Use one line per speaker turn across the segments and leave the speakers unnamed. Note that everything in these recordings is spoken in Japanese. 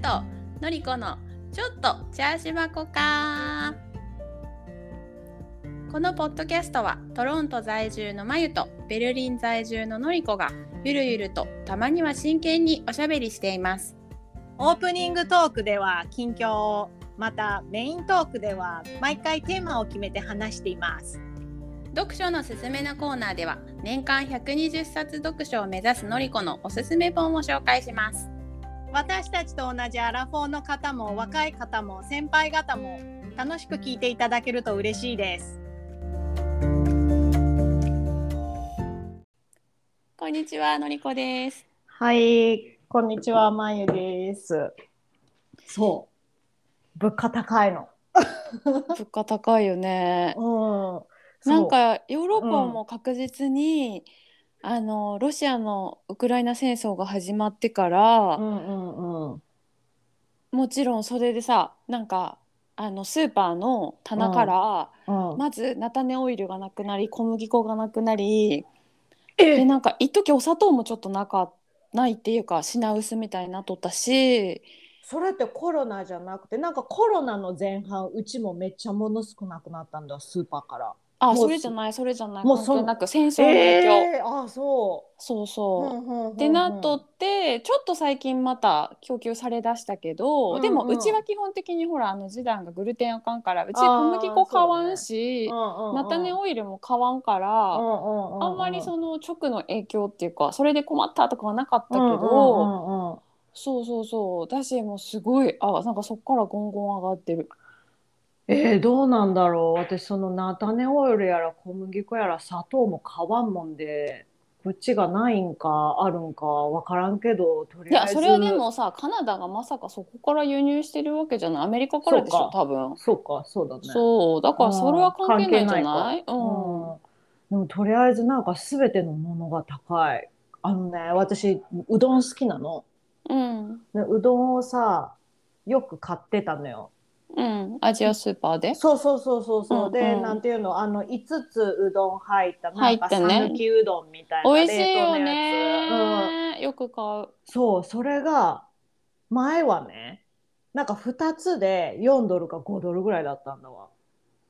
とのりこのちょっとチャーシュバコかこのポッドキャストはトロント在住のまゆとベルリン在住ののりこがゆるゆるとたまには真剣におしゃべりしています
オープニングトークでは近況をまたメイントークでは毎回テーマを決めて話しています
読書のすすめのコーナーでは年間120冊読書を目指すのりこのおすすめ本を紹介します
私たちと同じアラフォーの方も若い方も先輩方も楽しく聞いていただけると嬉しいです
こんにちはのりこです
はいこんにちはまゆですそう物価高いの
物価高いよね
うん
なんかヨーロッパ
うん
も確実に、あのロシアのウクライナ戦争が始まってから、
そううんうんうん
もちろんそれでさなんかあのスーパーの棚から、
うん
まず菜種オイルがなくなり小麦粉がなくなりで
え
なんか一時お砂糖もちょっとなかないっていうか品薄みたいになっとったし
それってコロナじゃなくてなんかコロナの前半うちもめっちゃ物少なくなったんだスーパーからも
あ
う
それじゃないそれじゃない
もうそ
関係なく戦争の影響、
えー、あそ
そう
う
そう。
うんうん
でなっとってちょっと最近また供給されだしたけど、
うんうん
でもうちは基本的にほらあの示談がグルテンあかんからうち小麦粉買わんし、菜種オイルも買わんから、あ
あ
んまりその直の影響っていうかそれで困ったとかはなかったけど、そうそうそうだしもうすごいあなんかそっからゴンゴン上がってる
えー、どうなんだろう私その菜種オイルやら小麦粉やら砂糖も買わんもんでこっちがないんかあるんかわからんけどと
い
りあえ
や
ず
それはでもさカナダがまさかそこから輸入してるわけじゃないアメリカからでし
そう
ょ
か
多分
そうかそうだね
そうだからそれは関係ないんじゃない、
う
うん
んでもとりあえずなんか全てのものが高いあのね私うどん好きなの
うん
でうどんをさよく買ってたのよ
うん、アジアスーパーで。
そうそうそうそうそう、
うんうん
でなんていうのあの5つうどん入ったな
入
ん
っ
か
てね
讃岐うどんみたいな
美味しい
冷凍
よ
のやつ
ね、よく買う。
うん、そうそれが前はねなんか2つで4ドルか5ドルぐらいだったんだわ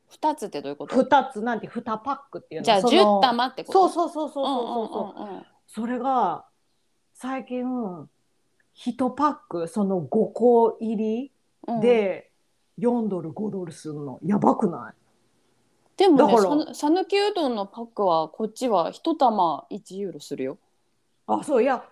二つってどういうこと？
2つなんて2パックっていうの
じゃあ
その
十玉ってこ
そ
と。
うそうそうそうそうそう,、
うんうんうんうん。
それが最近1パックその5個入り
うん、
で4ドル5ドルするのやばくない
でも
だから
ね、ささぬきうどんのパックはこっちは一玉一ユーロするよ。
あそういや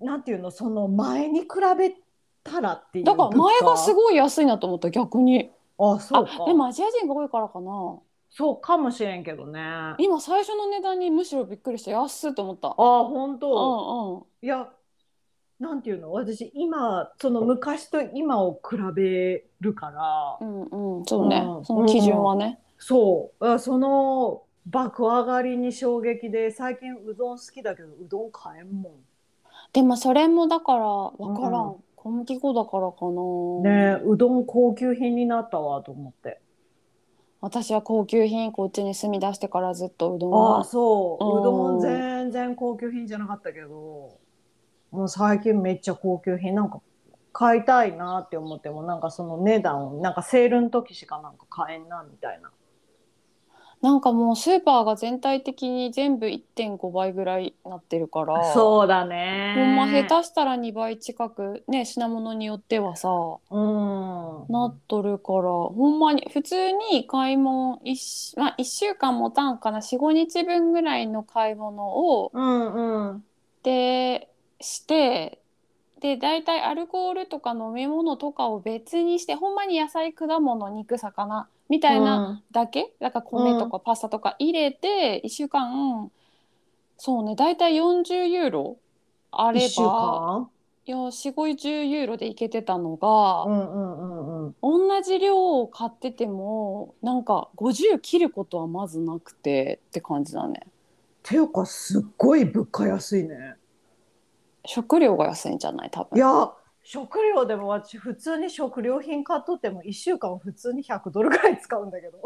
なんていうのその前に比べたらっていう
だから前がす
ご
ごい安いなと思った逆に。
あそ
あ
うか
でもアジア人が多いからかな。
そうかもしれんけどねあ
今最初の値段にむしろびっくりして安っと思った。
本
う
当、
んうん。
いやなんていうの私今その昔と今を比べるから、
うんうん、そうね、
うん
その基準はね、
そうあその爆上がりに衝撃で最近うどん好きだけどうどん買えんも
でもそれもだから分からん、
う
小麦粉だからか
ん
な、
ねえうどん高級品になったわと思って
私は高級品こっちに住み出してからずっとうどん
ああ
は
そう
うん
うどん全然高級品じゃなかったけどもう最近めっちゃ高級品なんか買いたいなって思ってもなんかその値段なんかセールの時しかなんか買えんなみたいな
なんかもうスーパーが全体的に全部1.5倍ぐらいなってるから
そうだね
ほんま下手したら2倍近くね品物によってはさ
うん
なっとるからほんまに普通に買い物 1,、まあ、一週間もたんかな45日分ぐらいの買い物を
うんうん
でしてで大体アルコールとか飲み物とかを別にしてほんまに野菜果物肉魚みたいなだけ、だから米とかパスタとか入れて1週間そうね大体40ユーロあ
うん、
れ
1週
ば
間
4050ユーロでいけてたのが
う、んうんうんうん
同じ量を買っててもなんか50切ることはまずなくてって感じだね
ていうかすっごい物価安いね
食料が安いんじゃない多分
いや食料でも私普通に食料品買っとっても1週間普通に100ドルぐらい使うんだけど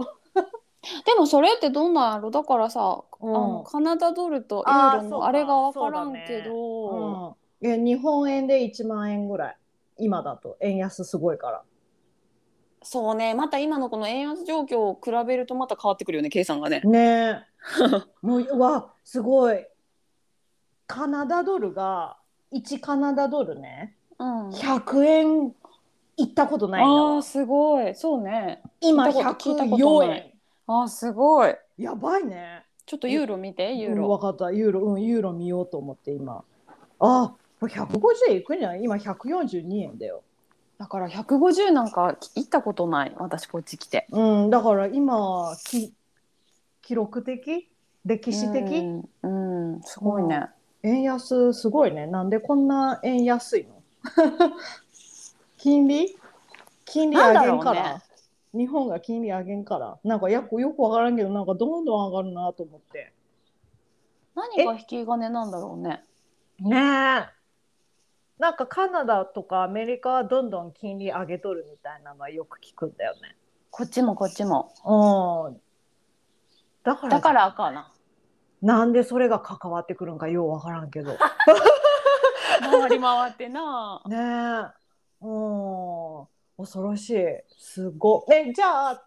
でもそれってどんなんやろだからさ、
うん
あのカナダドルとユ
あ
ーロ
ーそう
の
か
あれが分からんけど、
うん、いや日本円で1万円ぐらい今だと円安すごいから
そうねまた今のこの円安状況を比べるとまた変わってくるよね計算がね。
ねえもううわすごいカナダドルが1カナダドルね
うん、
100円いったことないんだ
あ
わ
あすごいそうね
今
聞いたこと
104
な
円
いあーすごい
やばいね
ちょっとユーロ見てユー
うん、分
ロ、
かったユーロうんユーロ見ようと思って今あこれ150円いくんじゃない今142円だよ
だから150なんか行ったことない私こっち来て
うんだから今き記録的歴史的、
うん、うんすごいね、
円安すごいねなんでこんな円安いの 金利金利上げん
なんだ
か
ろう
ら、
ね
日本が金利上げんからなんかやっこよくわからんけどなんかどんどん上がるなと思って
何が引き金なんだろうね
ねえなんかカナダとかアメリカはどんどん金利上げとるみたいなのはよく聞くんだよね
こっちもこっちも
うんだから
だからあかんな
なんでそれが関わってくるんかようわからんけどね
回り回ってな
えうん恐ろしいすごいえじゃあ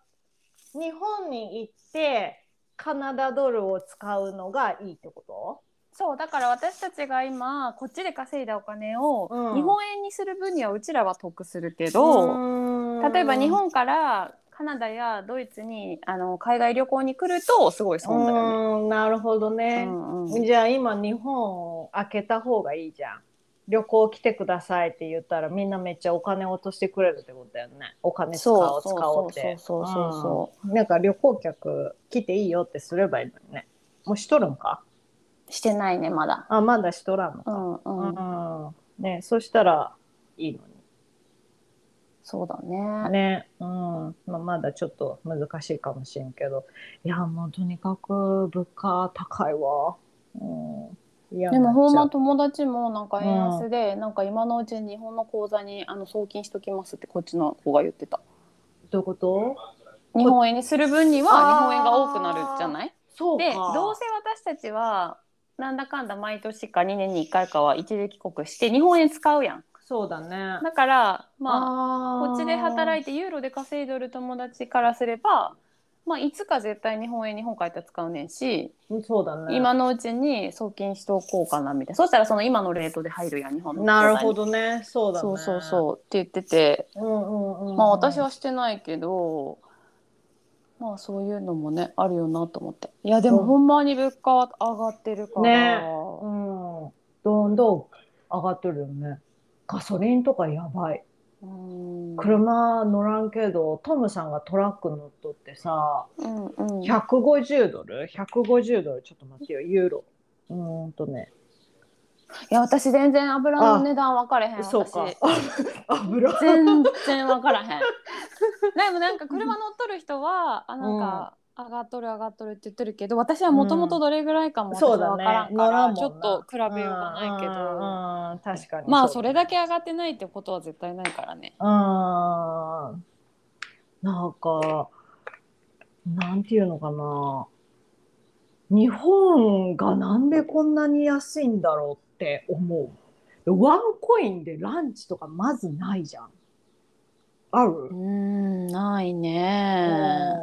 日本に行ってカナダドルを使うのがいいってこ
そうだから私たちが今こっちで稼いだお金を
うん
日本円にする分にはうちらは得するけ
と
ど、
うん
例えば日本からカナダやドイツにあの海外旅行に来るとすごい損だよね。
うんなるほど
う
ね、
んうん
じゃあ今日本開けた方がいいじゃん旅行来てくださいって言ったらみんなめっちゃお金落としてくれるってことだよねお金使お
そうう
使おうって
そうそうそうそうそ
うんなんか旅行客来ていいよってすればいいのにねもうしとるんか
してないねまだ。
あまだしとらんの
う
か、
んうん、
うんねそしたらいいの
そうだね。
にね、うんまあ、まだちょっと難しいかもしれんけどいやもうとにかく物価高いわ、うん、いや
でもほんま友達もなんか円安で、なんか今のうちに日本の口座にあの送金しときますってこっちの子が言ってた
どういうこと
日本円にする分には
あー
日本円が多くなるじゃない
そうか
でどうせ私たちはなんだかんだ毎年か2年に1回かは一時帰国して日本円使うやん
そうだね。
だからまあ
ま
こっちで働
い
いてユーロで稼いでる友達からすれば、まあ、いつか絶対日本円に本帰ったら使うねんし、
て。そうだね。
今のうちに送金しておこうかなみたいなそしたらその今のレートで入るやん日本の口座
な
に
るほどね。そうだね。
そうそうそうって言ってて、
う。うんうんうん。
まあ私はしてないけど、まあそういうのもねあるよなと思っていやで
う
も
ん
ほんまに物価は上がってるから、
ねうん。どんどん上がってるよね。ガソリンとかやばい。
うん
車乗らんけど、トムさんがトラック乗っとってさ、
うんうん
150ドル ?150 ドル。ちょっと待ってよ、ユーロ。うーんとね。
いや私全然油の値段分からへん
そう
私
か。 油
全然分 からへんでもなんか車乗っとる人はあなんか、上がっとる上がっとるって言ってるけど私はもともとどれぐらいかも私
そうだ
は分
ね
から。んか
乗ら
ら、
んもん
ち
な
ょっと比べようがないけど、
うんうんうん確かに。
まあ
う
そ
だ
れ
ね
だけ上がってないってことは絶対ないからね。
あーなんか、なんていうのかな。日本がなんでこんなに安いんだろうって思う。ワンコインでランチとかまずないじゃん。ある、
んない
うん
ね。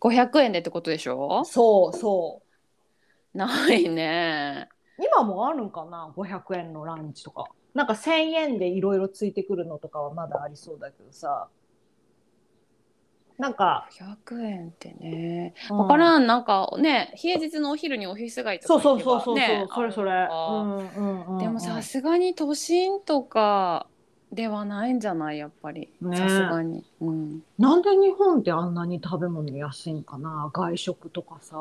500円でってことでしょ
そうそ
ないね。
う。今もあるんかな ?500 円のランチとか。なんか1000円でいろいろついてくるのとかはまだありそうだけどさ。なんか、
500円ってね。
うん
わからん、なんかね、平日のお昼にオフィス街とか
そ
行
うそう
け
そ
ば
うそうそう、
ね
それそれ。
あるのかでもさすがに都心とかではないんじゃないやっぱり。
ね
さすがに。うん。
なんで日本ってあんなに食べ物安いんかな外食とかさ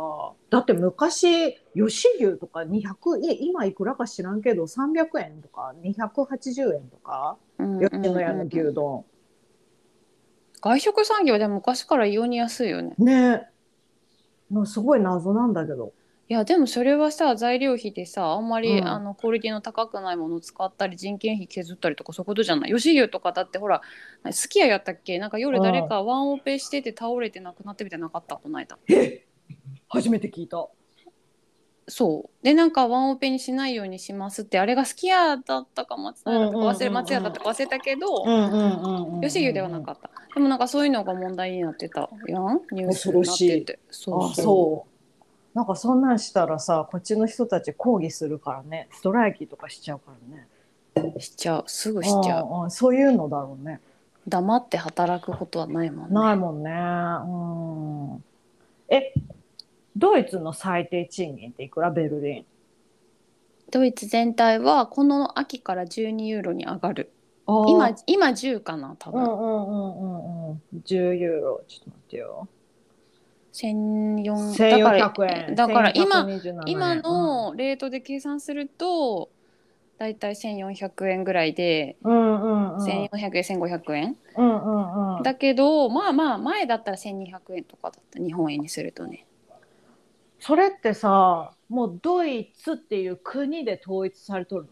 だって昔吉牛とか200い今いくらか知らんけど300円とか280円とか
うん
吉野家の牛丼、
外食産業でも昔から異様に安いよね。
ねもうすごい謎なんだけど
いやでもそれはさ材料費でさあんまり、
うん
あのクオリティの高くないものを使ったり人件費削ったりとかそういうことじゃない吉牛とかだってほらすき家やったっけなんか夜誰かワンオペしてて倒れて亡くなってみたいなのなかったこの間
え初めて聞いた
そうでなんかワンオペにしないようにしますってあれがすき家だったか松屋だったか忘れ、
うんうんうんうん
松屋だったか忘れたけど、
うんうんうんうん。
吉牛ではなかったでもなんかそういうのが問題になってたやんニュース
恐
に
ろ
なっ
してい
てそ
あ
うそう
そうなんかそんなんしたらさこっちの人たち抗議するからねストライキとかしちゃうからね
しちゃうすぐしちゃう
うんうんそういうのだろうね
黙って働くことはないもんね
ないもんねうんえドイツの最低賃金っていくらベルリン
ドイツ全体はこの秋から12ユーロに上がる今今10かな多
う
分、
んうんうんうんうん10ユーロちょっと待ってよ
1400だか
1400
ら
円
だから今
1127円
今のレートで計算するとだいたい1400円ぐらいで、
うんうんうんう
1400
ん
円1500円、
うんうん
だけどまあまあ前だったら1200円とかだった日本円にするとね
それってさもうドイツっていう国で統一されとるの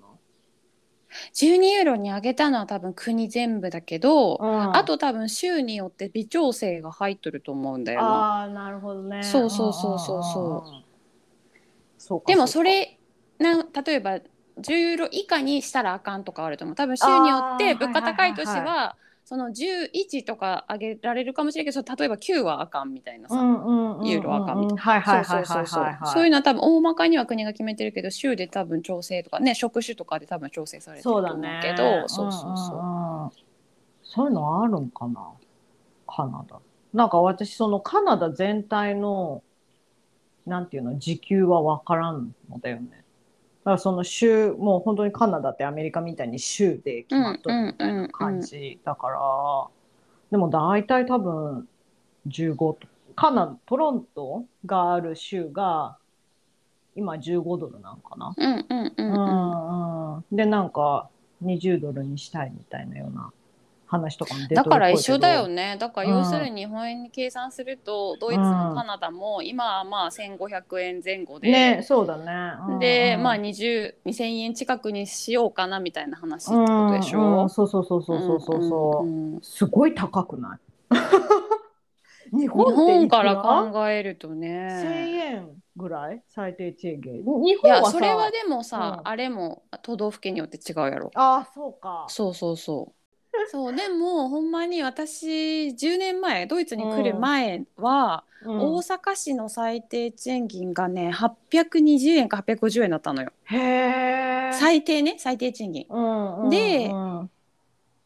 12ユーロに上げたのは多分国全部だけど、
うん
あと多分州によって微調整が入っとると思うんだよな。
ああーなるほどね
そうそうそうそうそう
うんうんうんそうか
でも
う
そ
か
れなん例えば10ユーロ以下にしたらあかんとかあると思う多分州によって
あー
物価高い年
はいはいはい
はその11とか上げられるかもしれないけどその例えば9はあかんみたいな
う
さ、
んうんうんうん
ユーロ赤みたい
はい
そ
は
う
い
そ
は
うそ
いはいう
そう
はいはい
そういうのは多分大まかには国が決めてるけど州で多分調整とかね職種とかで多分調整されてると
そう
思
だ
う
ね
けどそう,、そうそう
うんうんうんそういうのあるんかなカナダなんか私そのカナダ全体のなんていうの時給は分からんのだよねだからその州もう本当にカナダってアメリカみたいに州で決まっとるみたいな感じだから、でも大体多分15とカナダトロントがある州が今15ドルなんかな
うんうんうんうん
うんうんでなんか20ドルにしたいみたいなような話とかも出てる
だから
っぽい
一
けど
緒だよねだから
うん
要するに日本円に計算するとドイツもカナダも今はまあ1500円前後で、
ねそうだね、うんうん
で、まあ、20 2000円近くにしようかなみたいな話って
うん
ことでし
うん
ょ。
そうそうそうそうそうそうそううん
うんうん
すごい高くない 日
日
本ってい
本
く
から
ら
考えると
1000
ね。
円ぐらい最低賃金日
い
本は
や
さ
それはでもさ、
うん
あれも都道府県によって違うやろ。
ああそうか
そうそうそう。そうでもほんまに私10年前ドイツに来る前は、
うん
大阪市の最低賃金がね820円か850円だったのよ
へえ
最低ね最低賃金
うんうんうん
で
はい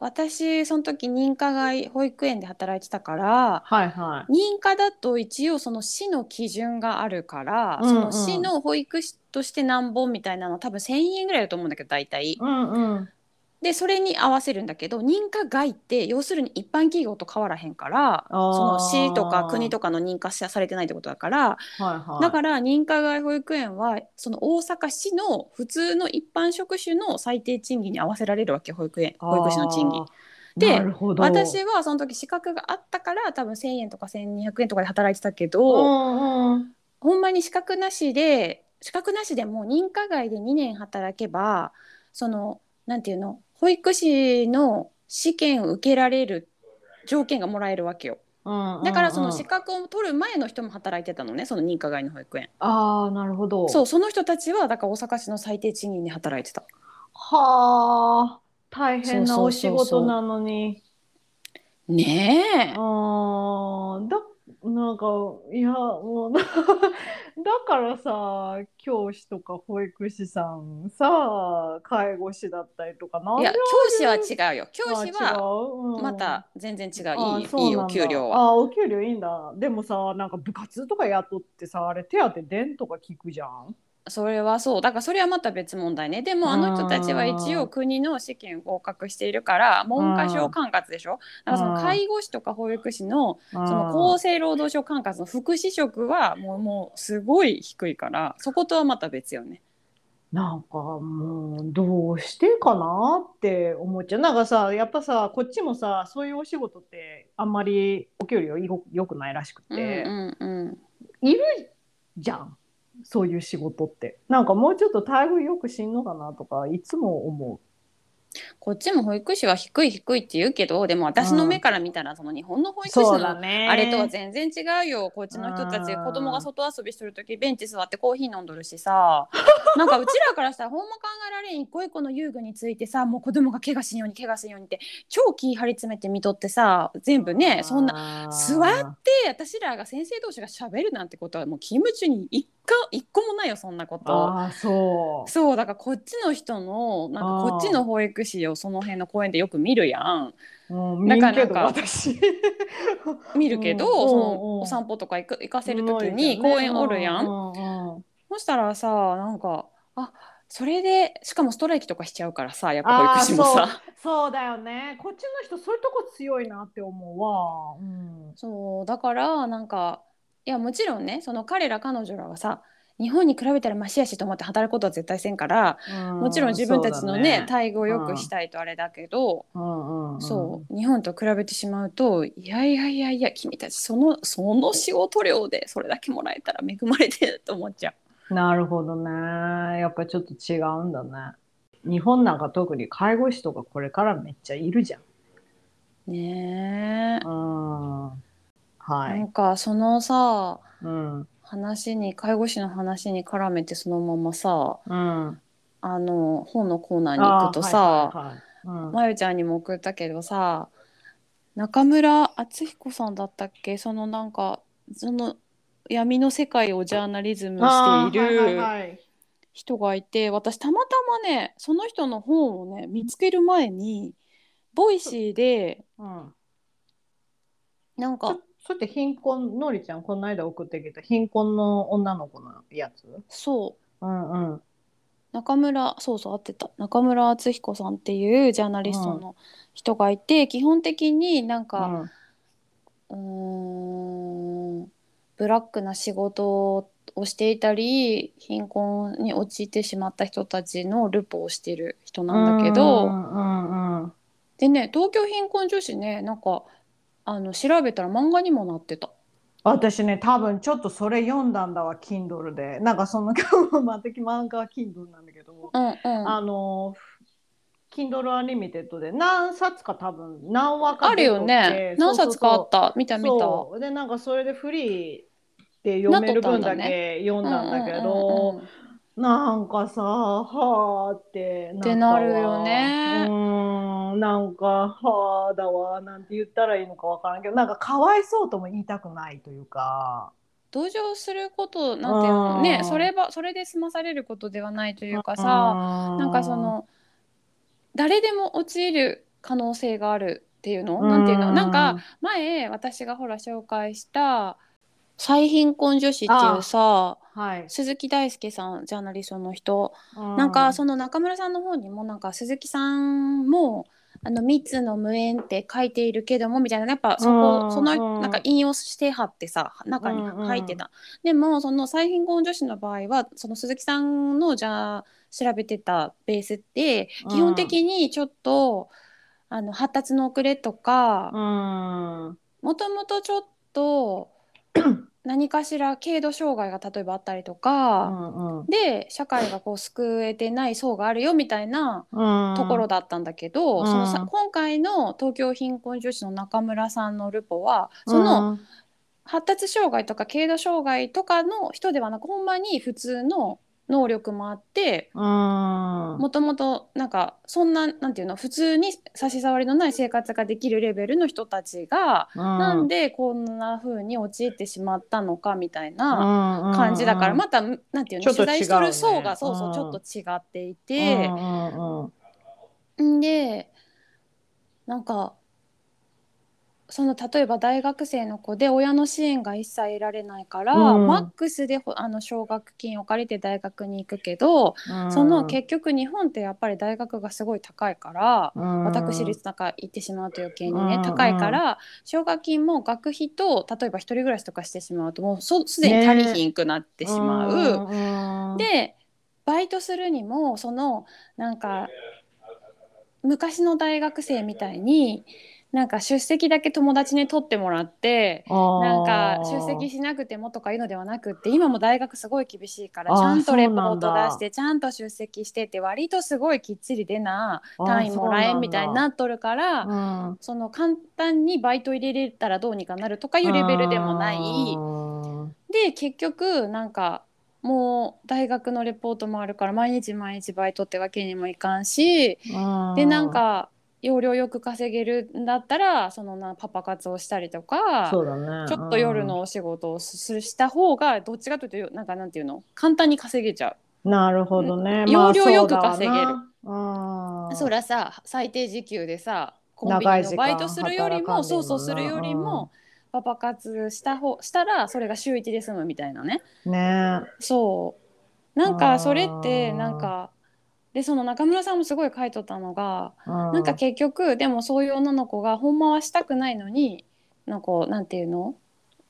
私その時認可外保育園で働いてたから
は
認可だと一応その市の基準があるから、
うんうん
その市の保育士として何本みたいなのは多分1,000円ぐらいだと思うんだけど大体
いうんうん
でそれに合わせるんだけど認可外って要するに一般企業と変わらへんからそ
あー
の市とか国とかの認可されてないってことだから、
はいはい
だから認可外保育園はその大阪市の普通の一般職種の最低賃金に合わせられるわけ保育園保育士の賃金
あ。ー
で
なるほど
私はその時資格があったから多分1,000円とか1,200円とかで働いてたけ
う
ど、
んうん
ほんまに資格なしで資格なしでも認可外で2年働けばそのなんていうの保育士の試験を受けられる条件がもらえるわけよだからその資
し
格を取る前の人も働いてたのねその認可外の保育園
ああなるほど
そうその人たちはだから大阪市の最低賃金で働いてた
はあ大変な
そう
お
そ
仕
うそうそう
事なのに
ねえ
あーだなんかいやもう だからさ教師とか保育士さんさ介護士だったりとかな
い
んで
や
あ
教師は違うよ教師
あ
は
違ううん
また全然違う
あ
いい
そうなん
いい
だ
お給料は
あお給料いいんだでもさなんか部活とか雇ってさあれ手当出んとか聞くじゃん
それはそうだからそれはまた別問題ねでもあの人たちは一
う
応
ん
国の試験合格しているから文科省管轄でしょだからその
うん
介護士とか保育士の
そ
その厚生労働省管轄の福祉職はもうもうすごい低いからそことはまた別よね。
なんかもうどうしてかなって思っちゃうなんかさやっぱさこっちもさそういうお仕事ってあんまりお給料よよくないらしく
うん
て、
うんうん
いるじゃんそういう仕事ってなんかもうちょっと待遇よくしんのかなとかいつも思
こっちも保育士は低い低いって言うけどでも私の目から見たらその日本の保育士の
ね
あれとは全然違うよこっちの人たち
うん
子供が外遊びしてる時ベンチ座ってコーヒー飲んどるしさなんかうちらからしたらほんま考えられん一個一個の遊具についてさもう子供が怪我しんように怪我しんようにって超気張り詰めて見とってさ全部ねそんな
な
座って私らが先生同士がしゃべるなんてことはもう勤務中に一個一個もないよそんなこと。
ああそう
そうだからこっちの人のなんかこっちの保育士をその辺の公園でよく見るやん
うん
な
見
んか
るけど
なんか
私
見るけど、
うん
そ
うんうん
のお散歩とか行く行かせる時に
うま
公
いですよね
園おるやん、
うんうんうん
そしたらさなんかあそれでしかもストライキとかしちゃうからさやっ
あー
ぱ保育士もさ
そうだよねこっちの人そういうとこ強いなって思うわ、うん、
そうだからなんかいやもちろんねその彼ら彼女らはさ日本に比べたらマシやしと思って働くことは絶対せんから、もちろん自分たちのね
そうだ
待遇を良くしたいとあれだけど、
うんうん
そう日本と比べてしまうといやいやいやいや君たちそのその仕事量でそれだけもらえたら恵まれてると思っちゃう。
うんなるほどねやっぱちょっと違うんだね日本なんか特に介護士とかこれからめっちゃいるじゃん
ねえ、
うんは、
ないんかそのさ
うん
話に介護士の話に絡めてそのままさ
うん、
あの本のコーナーに
あ
行
ー
くとさ、
はいはいはいうん
まゆちゃんにも送ったけどさ中村敦彦さんだったっけそのなんかその闇の世界をジャーナリズムしてい
あーはい
る
はいはい
人がいて私たまたまねその人の本をね見つける前にボイシーで
うん
なんか
そそって貧困のりちゃんこの間送ってきた貧困の女の子のやつ
そう
うんうん
中村そうそう合ってた中村敦彦さんっていうジャーナリストの人がいて、基本的になんか
うん
うーんブラックな仕事をしていたり貧困に陥ってしまった人たちのルポをしてる人なんだけど、
うんうんうん
でね東京貧困女子ねなんかあの調べたら漫画にもなってた。
私ね多分ちょっとそれ読んだんだわ Kindle でなんかその 今日また漫画は Kindle なんだけど、
うんうん、あ
あの Kindle アニメテッドで何冊か多分何話か
るよね何冊かあったた見た見た。
そうでなんかそれでフリーで読める分だけ読んだんだけど
うんうんうんうん
なんかさはあって
ってなるよね
うーんなんかはあだわなんて言ったらいいのかわからんけどなんかかわいそうとも言いたくないというか
同情することなんていうのね
うん
そればそれで済まされることではないというかさ
さ
なんかその誰でも陥る可能性があるっていうのなんていうのなんか前私がほら紹介した「最貧困女子」っていうさ
はい
鈴木大輔さんジャーナリストの人
な
なんかその中村さんの方にもなんか鈴木さんも「あの三つの無縁」って書いているけどもみたいなやっぱそ
うん
こそ
うん
のなんか引用してはってさ中に
うんうん
入ってた。でもその最貧困女子の場合はその鈴木さんのじゃあ調べてたベースって
うん
基本的にちょっとあの発達の遅れとか
うん
もともとちょっ と何かしら軽度障害が例えばあったりとか。
うん
で社会がこう救えてない層があるよみたいな
うん
ところだったんだけど、
うん
そのさ今回の東京貧困女子の中村さんのルポはその
うん
発達障害とか軽度障害とかの人ではなくほんまに普通の能力もあって
うん
もともとなんかそんななんていうの普通に差し障りのない生活ができるレベルの人たちが、なんでこんな風に陥ってしまったのかみたいな。感じだから、またなんていう
ち
の
ょっと
取
違うね
材してる層がそうそううんちょっと違ってい
て
て、ん、でなんかその例えば大学生の子で親の支援が一切得られないから、
うん
マックスでほあの奨学金を借りて大学に行くけど、その結局日本ってやっぱり大学がすごい高いから。私立なんか行ってしまうと余計にね、
うん
高いから奨学金も学費と例えば一人暮らしとかしてしまうともうそすでに足りひんくなってしまう、
うん
でバイトするにもそのなんか昔の大学生みたいになんか出席だけ友達に取ってもらってなんか出席
し
しなくてもとかいうのではなくって今も大学すごい厳しいから
あー
ちゃんとレポ
そう
ー
な
ト
んだ
出してちゃんと出席してって割とすごいきっちり出な
あー
単位もらえんみたい
そう
に
な
なっとるから。
うん、
その簡単にバイト入れれたらどうにかなるとかいうレベルでもない
うん
で結局なんかもう大学のレポートもあるから毎日毎日バイトってわけにもいかんしでなんか要領よく稼げるんだったらそのなパパ活をしたりとか
そうだね
ちょっと夜のお仕事をすした方がどっちかというとなんかなんていうの簡単に稼げちゃ
うんなるほどね
要領よく稼げる
まあ
う。
そ
そう
だ
ら
わな
さ最低時給でさコンビニのバイトするより
長
も
い時間働かんでもな
そうそうするよりもパパ活した方したらそれが週1で済むみたいなね。
うんね
そうなんかそれって
あー
なんかでその中村さんもすごい書いとったのが、
な
なんか結局でもそういう女の子がほんまはしたくないのになんかこうなんていうの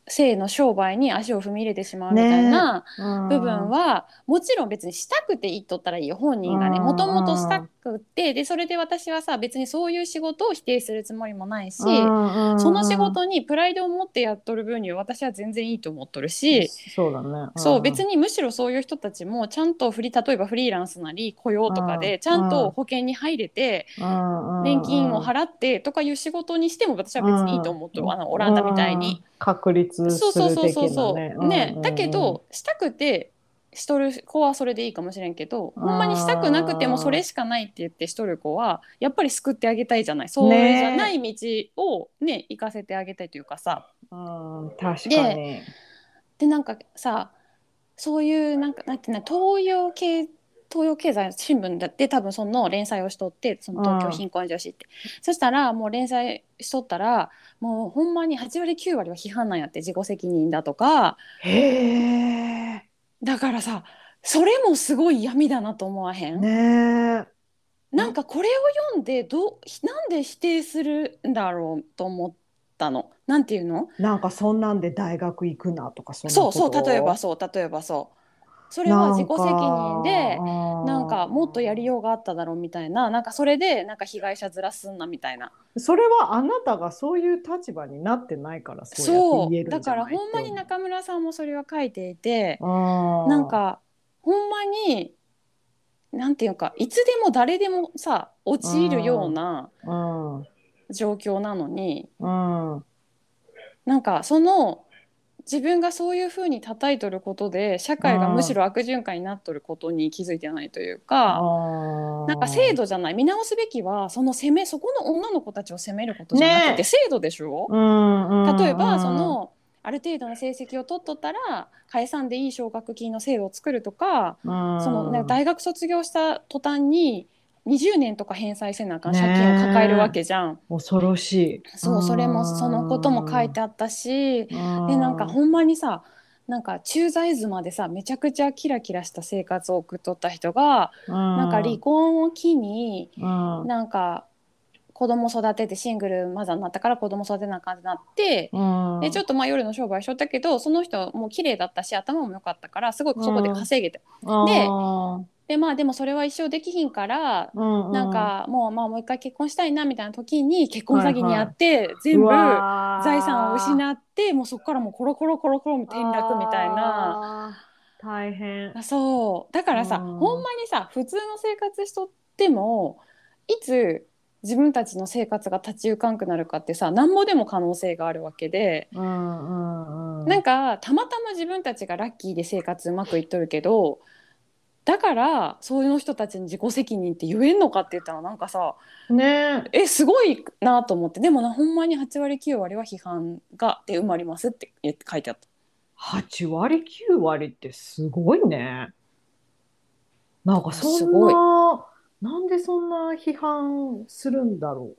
性の商売に足を踏み入れてしまうみたいな部分は、もちろん別にしたくて言っとったらいいよ本人がね
うん
もともとしたくってでそれで私はさ別にそういう仕事を否定するつもりもないし、その仕事にプライドを持ってやっとる分には私は全然いいと思っとるし、
そうだね
そう別にむしろそういう人たちもちゃんとフリ例えばフリーランスなり雇用とか
う
で
ん
ちゃんと保険に入れて年
年
金を払ってとかいう仕事にしても私は別にいいと思ってるあのオランダみたいに。
確立
そう
す
そう
る
そう
的
そう
な
そ
ね
うねだけどしたくてしとる子はそれでいいかもしれんけどほんまにしたくなくてもそれしかないって言ってしとる子はやっぱり救ってあげたいじゃないそうじゃない道をね行かせてあげたいというかさ。
うんうん確かに
でなんかさそういうなんかなんていうの東洋系東洋経済新聞だって多分その連載をしとってその東京貧困女子って、そしたらもう連載しとったらもうほんまに8割9割は批判なんやって自己責任だとか
へえ
だからさそれもすごい闇だなと思わへん、
ねえ
なんかこれを読んでどうなんで否定するんだろうと思ったのなんていうの
なんかそんなんで大学行くなとかそんな
そ
こ
う
と
そう例えばそう例えばそうそれは自己責任でな
なん
かもっとやりようがあっただろうみたいななんかそれでなんか被害者ずらすんなみたいな
それはあなたがそういう立場になってないから
そ
そうやって言え
う
る
だ
んじゃ
から
ない
ほんまに中村さんもそれは書いていて
な
なんかほんまになんていうかいつでも誰でもさ陥るような
うん
状況なのに
うん
なんかその自分がそういうふうに叩いとることで社会がむしろ悪循環になっとることに気づいてないというか。なんか制度じゃない見直すべきはその責めそこの女の子たちを責めることじゃなく
ねえ
て制度でしょ、
うん
例えばそのある程度の成績を取っとったら解散でいい奨学金の制度を作るとか、
そ
そのね大学卒業した途端に20年とか返済せなあかん
ねえ
借金を抱えるわけじゃん、
恐ろしい
そうそれもそのことも書いてあったし、でなんかほんまにさなんか駐在図までさめちゃくちゃキラキラした生活を送っとった人が、なんか離婚を機に
婚
なんか子供育ててシングルマザーになったから子供育てなあかんってなって、でちょ
っ
っとまあ夜の商売しとったけどその人もう綺麗だったし頭も良かったからすごいそこで稼げて、
と
ででまあでもそれは一生できひんから、なんかもうまあもう一回結婚したいなみたいな時に結婚詐欺にあって、全部財産を失ってもうそこからもうコロコロコロコロ転落みたいな。
な大変
あそうだからさ、
うん
ほんまにさ普通の生活しとってもいつ自分たちの生活が立ち行かんくなるかってさなんぼでも可能性があるわけで、
うんうん
なんかたまたま自分たちがラッキーで生活うまくいっとるけどだからそういう人たちに自己責任って言えんのかって言ったらなんかさ
ね
えすごいなと思ってでもなほんまに8割9割は批判がで埋まりますって言って書いてあった。
8割9割ってすごいね。なんかそ
す
ん
ごい
ななんでそんな批判するんだろ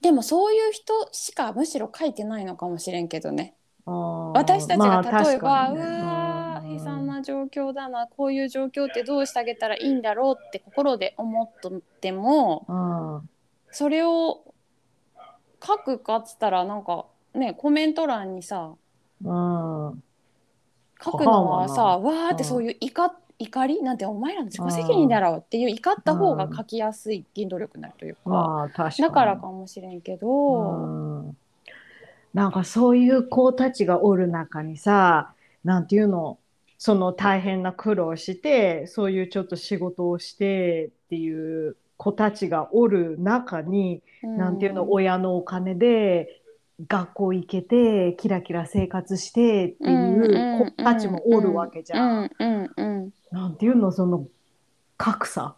でもそういう人しかむしろ書いてないのかもしれんけどね
う。あー
私たちが例えば、
まあ確かにね
うわー
うん
悲惨な状況だなこういう状況ってどうしてあげたらいいんだろうって心で思っとっても
うん
それを書くかっつったらなんかねコメント欄にさ
うん
書くのは
書かん
さわーってそういう怒っ怒りなんてお前らの自己責任だろうっていう怒った方が書きやすい原動力になるというか、
まあ確かに
だからかもしれんけど、
うんなんかそういう子たちがおる中にさなんていうのその大変な苦労してそういうちょっと仕事をしてっていう子たちがおる中に、なんていうの親のお金で学校行けてキラキラ生活してっていう子たちもおるわけじゃん。
うんうんうん
なんていうのその格差。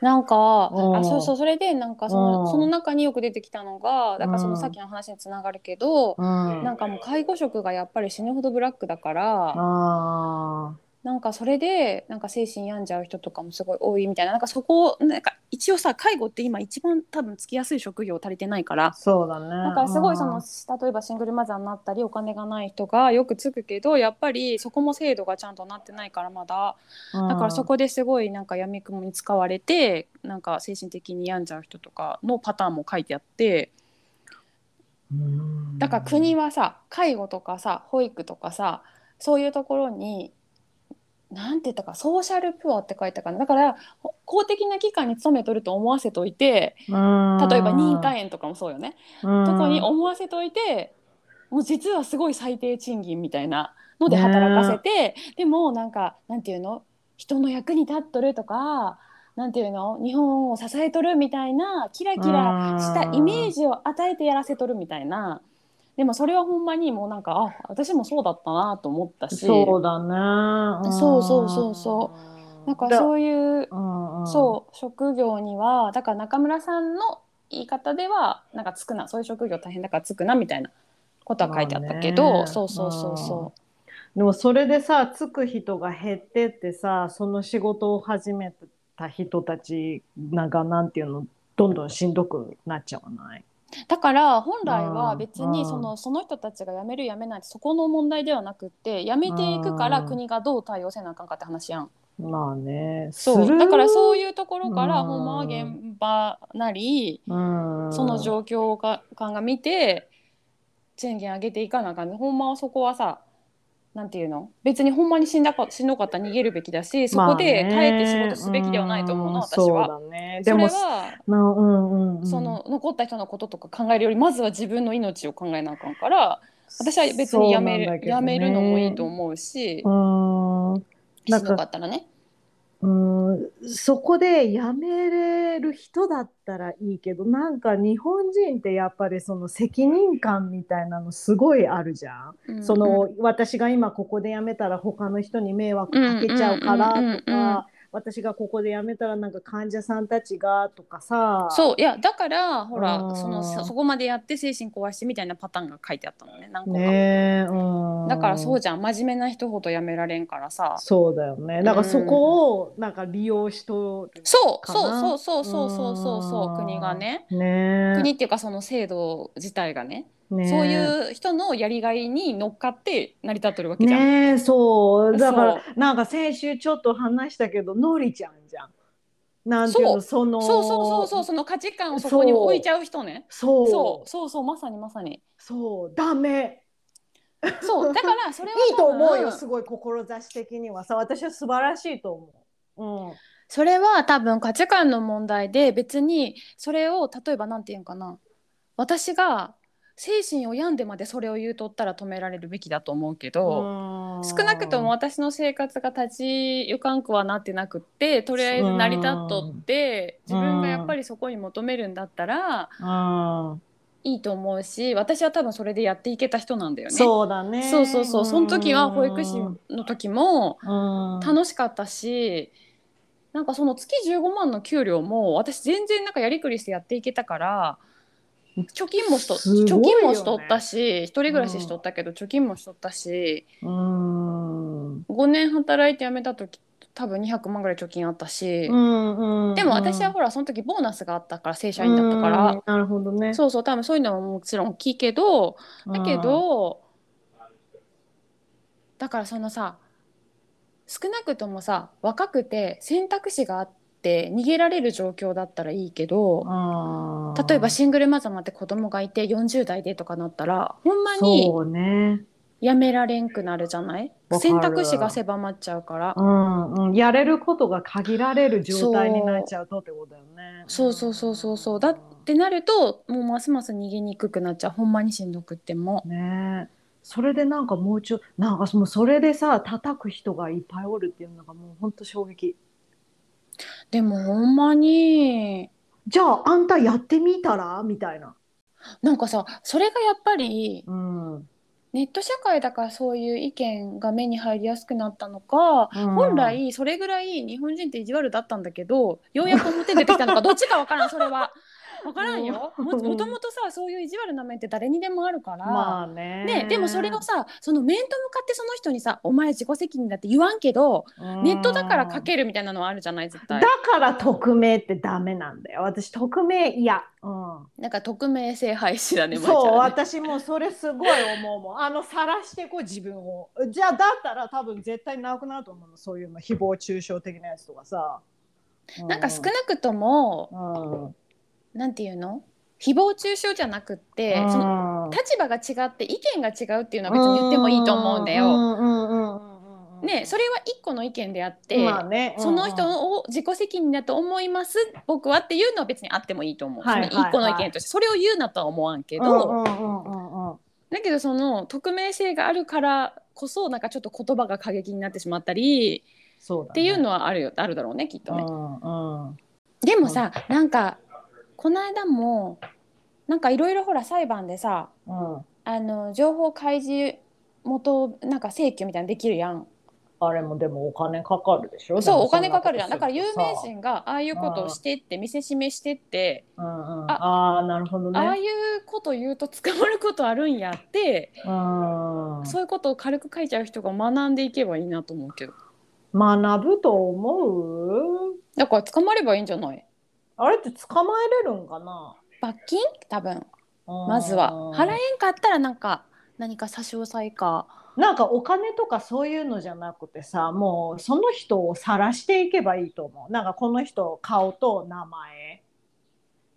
なんか
うん
あそうそうそれでなんかその
うん
その中によく出てきたのがだからそうの
ん
さっきの話につながるけど、
な
なんかもう介護職がやっぱり死ぬほどブラックだから、
あ
なんかそれでなんか精神病んじゃう人とかもすごい多いみたいななんかそこをなんか一応さ介護って今一番多分つきやすい職業足りてないから
ーそうだね。
だからすごいその例えばシングルマザーになったりお金がない人がよくつくけどやっぱりそこも制度がちゃんとなってないからまだ
うん
だからそこですごいなんか闇雲に使われてなんか精神的に病んじゃう人とかのパターンも書いてあってだから国はさ介護とかさ保育とかさそういうところになんて言ったかソーシャルプアって書いたかなだからほ公的な機関に勤めとると思わせといて例
例え
えば認可園とかもそうよね、
と
とかに思わせといてもう実はすごい最低賃金みたいなので働かせて、でもなんかなんていうの人の役に立っとるとかなんていうの日本を支えとるみたいなキラキラしたイメージを与えてやらせとるみたいなでもそれはほんまにもうなんかあ私もそうだったなと思ったし
そうだね。。
そうそうそうそうなんかそういう、
うんうん、
そう職業にはだから中村さんの言い方ではなんかつくなそういう職業大変だからつくなみたいなことは書いてあったけど、
まあね
そうそうそうそう
でもそれでさつく人が減ってってさその仕事を始めた人たちなんかなんていうのどんどんしんどくなっちゃわない。
だから本来は別
う
に
ん
そのその人たちが辞める辞めないってそこの問題ではなくって辞めていくから
うん
国がどう対応せなあかんかって話やん。
まあね。
そうだからそう
い
いうところから
うん
ほんまは現場なり
うん、
その状況が感が見て賃金上げていかなあかんねほんまはそこはさなんていうの別にほんまに死んだかしんどかったら逃げるべきだしそこで
まあね
耐えて仕事すべきではないと思うな、
ん
私は。
そうだね。で
それ
も
は
なうんうんうん、
その残った人のこととか考えるよりまずは自分の命を考えなあかんから私は別にやめ
そう
る、
なんだけど
やめるのもいいと
ね
思うし、
うんな
しん
んか
どかったらね。
うーんそこでやめれる人だったらいいけどなんか日本人ってやっぱりその責任感みたいなのすごいあるじゃん。その私が今ここでやめたら他の人に迷惑かけちゃうからと
うんうんうんうんうん
か私がここでやめたらなんか患者さんたちがとかさ
そういやだからほら
うん
そのそそこまでやって精神壊してみたいなパターンが書いてあったのね何個か、
ねえうん
だからそうじゃん真面目な人ほどやめられんからさ
そうだよねだからそこをなんか利用しとる
そう
か
そう
な
そうそうそうそうそう
うん
国がね
ねえ
国っていうかその制度自体がね
ねえ
そういう人のやりがいに乗っかって成り立ってるわけじゃん、
ねえそうだか
そう
らなんか先週ちょっと話したけどのりちゃんじゃん。なんていうのその
そうそうそうそうその価値観をそこに置いちゃう人ね
そう
そうそうそうまさにまさに
そうダメ
そうだからそれは多分
いいと思うよすごい志的にはさ私は素晴らしいと思う。
それは多分価値観の問題で別にそれを例えばなんて言うんかな私が精神を病んでまでそれを言うとったら止められるべきだと思うけど、
うん、
少なくとも私の生活が立ち行かんくはなってなくってとりあえず成り立っとって
う
自
ん
分がやっぱりそこに求めるんだったら
うん、
いいと思うし私は多分それでやっていけた人なんだよね。
そうだね
そうそうそうその時は保育士
うん
の時も
楽
楽しかったし、なんかその月15万の給料も私全然なんかやりくりしてやっていけたから貯金もしと、
すごいよ
貯
ね
金もしとったし一人暮らししとったけど貯金もしとったし、
うん
5年働いて辞めた時多分200万ぐらい貯金あったし、
うんうん、
でも私はほらその時ボーナスがあったから正社員だったから、
うんなるほどね
そうそう多分そういうのももちろん大きいけど、だけどだからそのさ少なくともさ若くて選択肢があって逃げられる状況だったらいいけど
うん
例えばシングルマザーまで子供がいて40代でとかなったらほんまに
そうね
やめられんくなるじゃない
わかる
選択肢が狭まっちゃうから、
うんうん、やれることが限られる状態になっちゃうとってことだよね。
そうそうそうそうそうだってなるともうますます逃げにくくなっちゃうほんまにしんどくっても
ねえそれでなんかもうちょなんかもうそれでさ叩く人がいっぱいおるっていうのがもうほんと衝撃
でもほんまに
じゃああんたやってみたらみたいな、
なんかさそれがやっぱり
うん
ネット社会だからそういう意見が目に入りやすくなったのか、本来それぐらい日本人って意地悪だったんだけどようやく表に出てきたのかどっちかわからんそれは。わからんよも
うん
もともとさそういう意地悪な面って誰にでもあるから、
まあね
ね、でもそれをさその面と向かってその人にさ「お前自己責任だ」って言わんけどネットだから書
る
けるみたいなのはあるじゃない絶
だ
対。
から匿名ってダメなんだよ私匿名いや、うん
なんか匿名性廃止だねまいちゃん
そう
ね
私もそれすごい思うもん あの晒してこう自分をじゃあだったら多分絶対なくなると思うのそういうの誹謗中傷的なやつとかさ
なんか少なくとも
うん
なんていうの誹謗中傷じゃなくって、その
の
立場が違って意見が違うっていうのは別に言ってもいいと思うんだよ。
よ
ねそれは一個の意見であって、
まあね、
その人を自己責任だと思います僕はっていうのは別にあってもいいと思う、
はいはいはい
その一個の意見としてそれを言うなとは思わんけ
け
ど、
うんうんうんうん
だけどその匿名性があるからこそなんかちょっと言葉が過激になってしまったり
そうだね
っていうのはあるよあるだろうねきっとね。
うんうん
でもさなんかこの間もなんかいろいろほら裁判でさ
うん、
あの情報開示元なんか請求みたいなのできるやん
あれもでもお金かかるでしょ
そう
でも
お金
な
か
こと
かるやんだから
す
有
とさ
名人がああいうことをしてって見せしめしてって、
うんうん、ああーなるほどね
ああいうこと言うと捕まることあるんやって、
うん
そういうことを軽く書いちゃう人が学んでいけばいいなと思うけど
学ぶと思う
だから捕まればいいんじゃない
あれって捕まえれるんかな
罰金多分ま
ま
ずは払えんかったらなんか何か差し押さえか
なんかお金とかそういうのじゃなくてさもうその人を晒していけばいいと思うなんかこの人顔と名前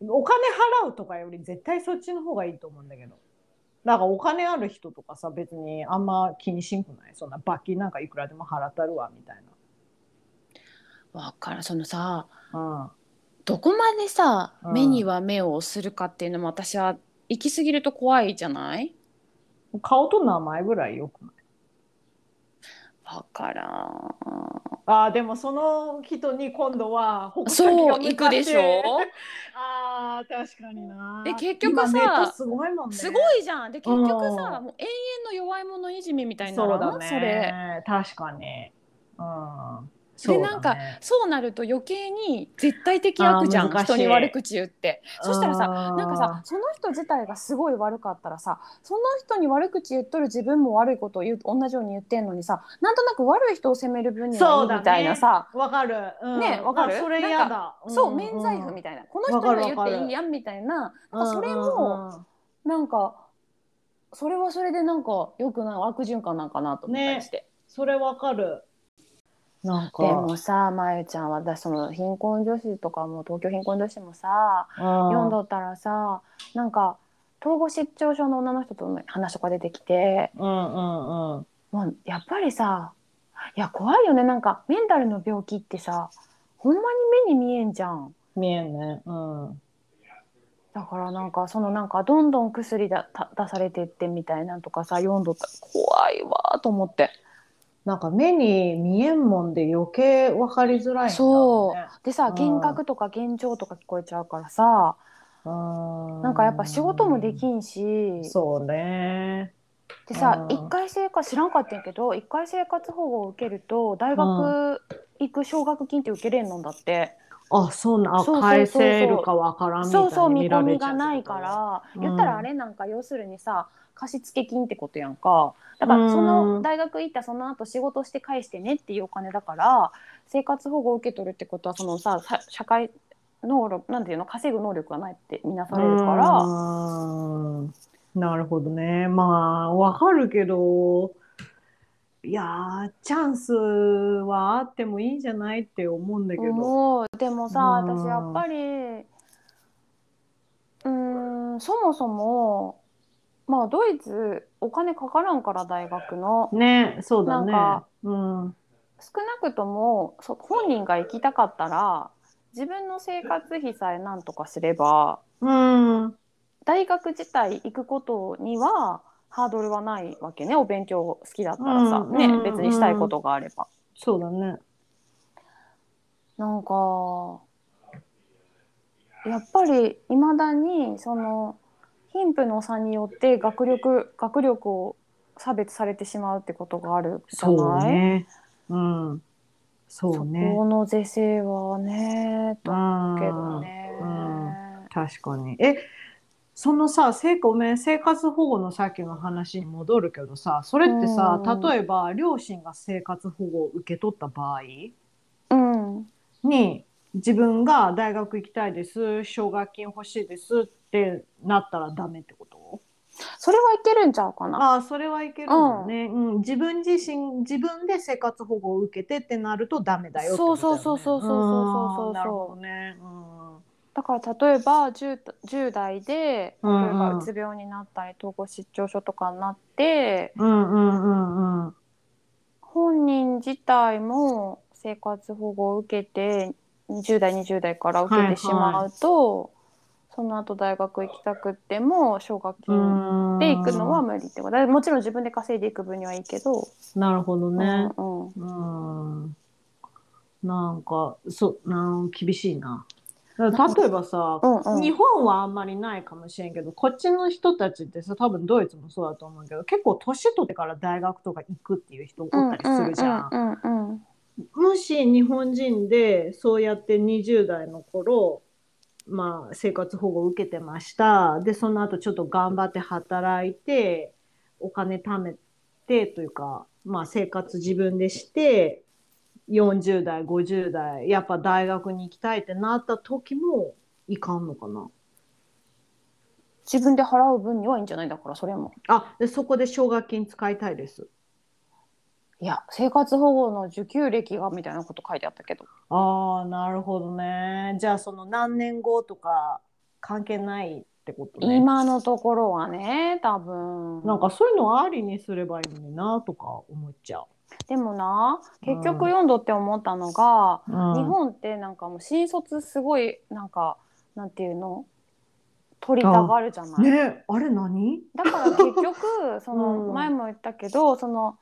お金払うとかより絶対そっちの方がいいと思うんだけどなんかお金ある人とかさ別にあんま気にしんくないそんな罰金なんかいくらでも払ったるわみたい
わからんそのさ
な、
どこまでさ
うん
目には目をするかっていうのも私は行き過ぎると怖いじゃない
うん、顔と名前ぐらいよくない
わからん
あーでもその人に今度は矛先
そう
が向
行
かっ
く
て
でしょ
あー確かにな
で結局さ
今ネットすごいもんね
すごいじゃんで結局さ
うん
もう永遠の弱い者いじめみたいにな
そ
ら
うんだね
それ
確かに、うん、
でなんかそうなると余計に絶対的
あー
悪じゃん
難しい
人に悪口言ってそしたらさ
さ
なんかさその人自体がすごい悪かったらさその人に悪口言っとる自分も悪いことを言う同じように言ってんのにさなんとなく悪い人を責める分に
そ
は
う
い
だ
い
ね
みたいなさ
わかる、うん
ねわかる
あそれ嫌だ
そう免罪符み
た
たいなこの人には言
わかる
っ
わか
て
る
いいやんみたいななんかそれもなんかそれはそれでなんか良くない悪循環なんかなと思ったりして。
それわかるなんか
でもさまゆちゃん私その貧困女子とかも東京貧困女子もさ読んどったらさなんか統合失調症の女の人との話とか出てきて
うんうんうん
もうやっぱりさいや怖いよねなんかメンタルの病気ってさほんまに目に見えんじゃん
見えんねうん
だからなんかそのなんかどんどん薬だた出されてってみたいなんとかさ読んどったら怖いわーと思って
なんか目に見えんもんで余計わかりづらいんだ
そ
ろ
うでさ
うん
幻覚とか幻聴とか聞こえちゃうからさ
うね
なんかやっぱ仕事もできんし
そうね
でさ
うん
一回生活知らんかったんやけど一回生活保護を受けると大学行く奨学金って受けれんのだって、
あそうなんあ
そうそうそうそう
返せるかわからんみたい
そうそう
に
見
見ら
込
れ
み
ちゃ
が
う
ないから、
うん
言ったらあれなんか要するにさ貸付金ってことやんかだからそ
うん
の大学行ったその後仕事して返してねっていうお金だから生活保護を受け取るってことはそのささ社会能力なんていうの稼ぐ能力がないってみなされるから
うーんなるほどねまあわかるけどいやーチャンスはあってもいいんじゃないって思うんだけど、
思うでもさ
うん
私やっぱりうーんそもそもまあドイツお金かからんから大学の
ねそうだね。
なんか
うん。
少なくともそ本人が行きたかったら自分の生活費さえなんとかすれば
うん。
大学自体行くことにはハードルはないわけねお勉強好きだったらさ、
うん
ね
うん
別にしたいことがあれば。
そうだね。
なんかやっぱりいまだにその貧富の差によって学力学力を差別されてしまうってことがあるじゃ
そう
ない
ね。うん。そう
そ
ね。
この是正はね
う
だ
ん
けどね。
うん確かに。え、そのさ、せいごめん、生活保護のさっきの話に戻るけどさ、それってさ、
うん
例えば両親が生活保護を受け取った場合
うん
に、自分が大学行きたいです、奨学金欲しいですってなったらダメってこと
それはいけるんちゃうかな。
ああ、それはいけるんだね、うん。自分自身、自分で生活保護を受けてってなるとダメだよってことだよね。
そうそうそうそうそうそうそうそう
うんなるほどね。うん
だから例えば 10, と10代で例え
うんうん
ばうつ病になったり統合失調症とかになって
うんうんうんうん。
本人自体も生活保護を受けて20代20代から受けてしまうと、その後大学行きたくっても奨学金で行くのは無理ってことだもちろん自分で稼いでいく分にはいいけど、
なるほどね。
うんうん、
うん。なんか、そう、なん厳しいな。だから例えばさ
う、んうん
日本はあんまりないかもしれんけど、こっちの人たちってさ、多分ドイツもそうだと思うけど、結構年取ってから大学とか行くっていう人おったりするじゃん。
うんうんうん
もし日本人でそうやって20代の頃、まあ、生活保護を受けてましたでその後ちょっと頑張って働いてお金貯めてというか、まあ、生活自分でして40代50代やっぱ大学に行きたいってなった時もいかんのかな
自分で払う分にはいいんじゃないだからそれも。
あでそこで奨学金使いたいです
いや生活保護の受給歴がみたいなこと書いてあったけど
ああなるほどねじゃあその何年後とか関係ないってことね
今のところはね多分
なんかそういうのありにすればいいのになとか思っちゃう。
でもな結局
うん
読んどって思ったのが、
日
日本ってなんかもう新卒すごいなんかなんていうの取りたがるじゃない、
ねあれ何
だから結局その、
うん
前も言ったけどその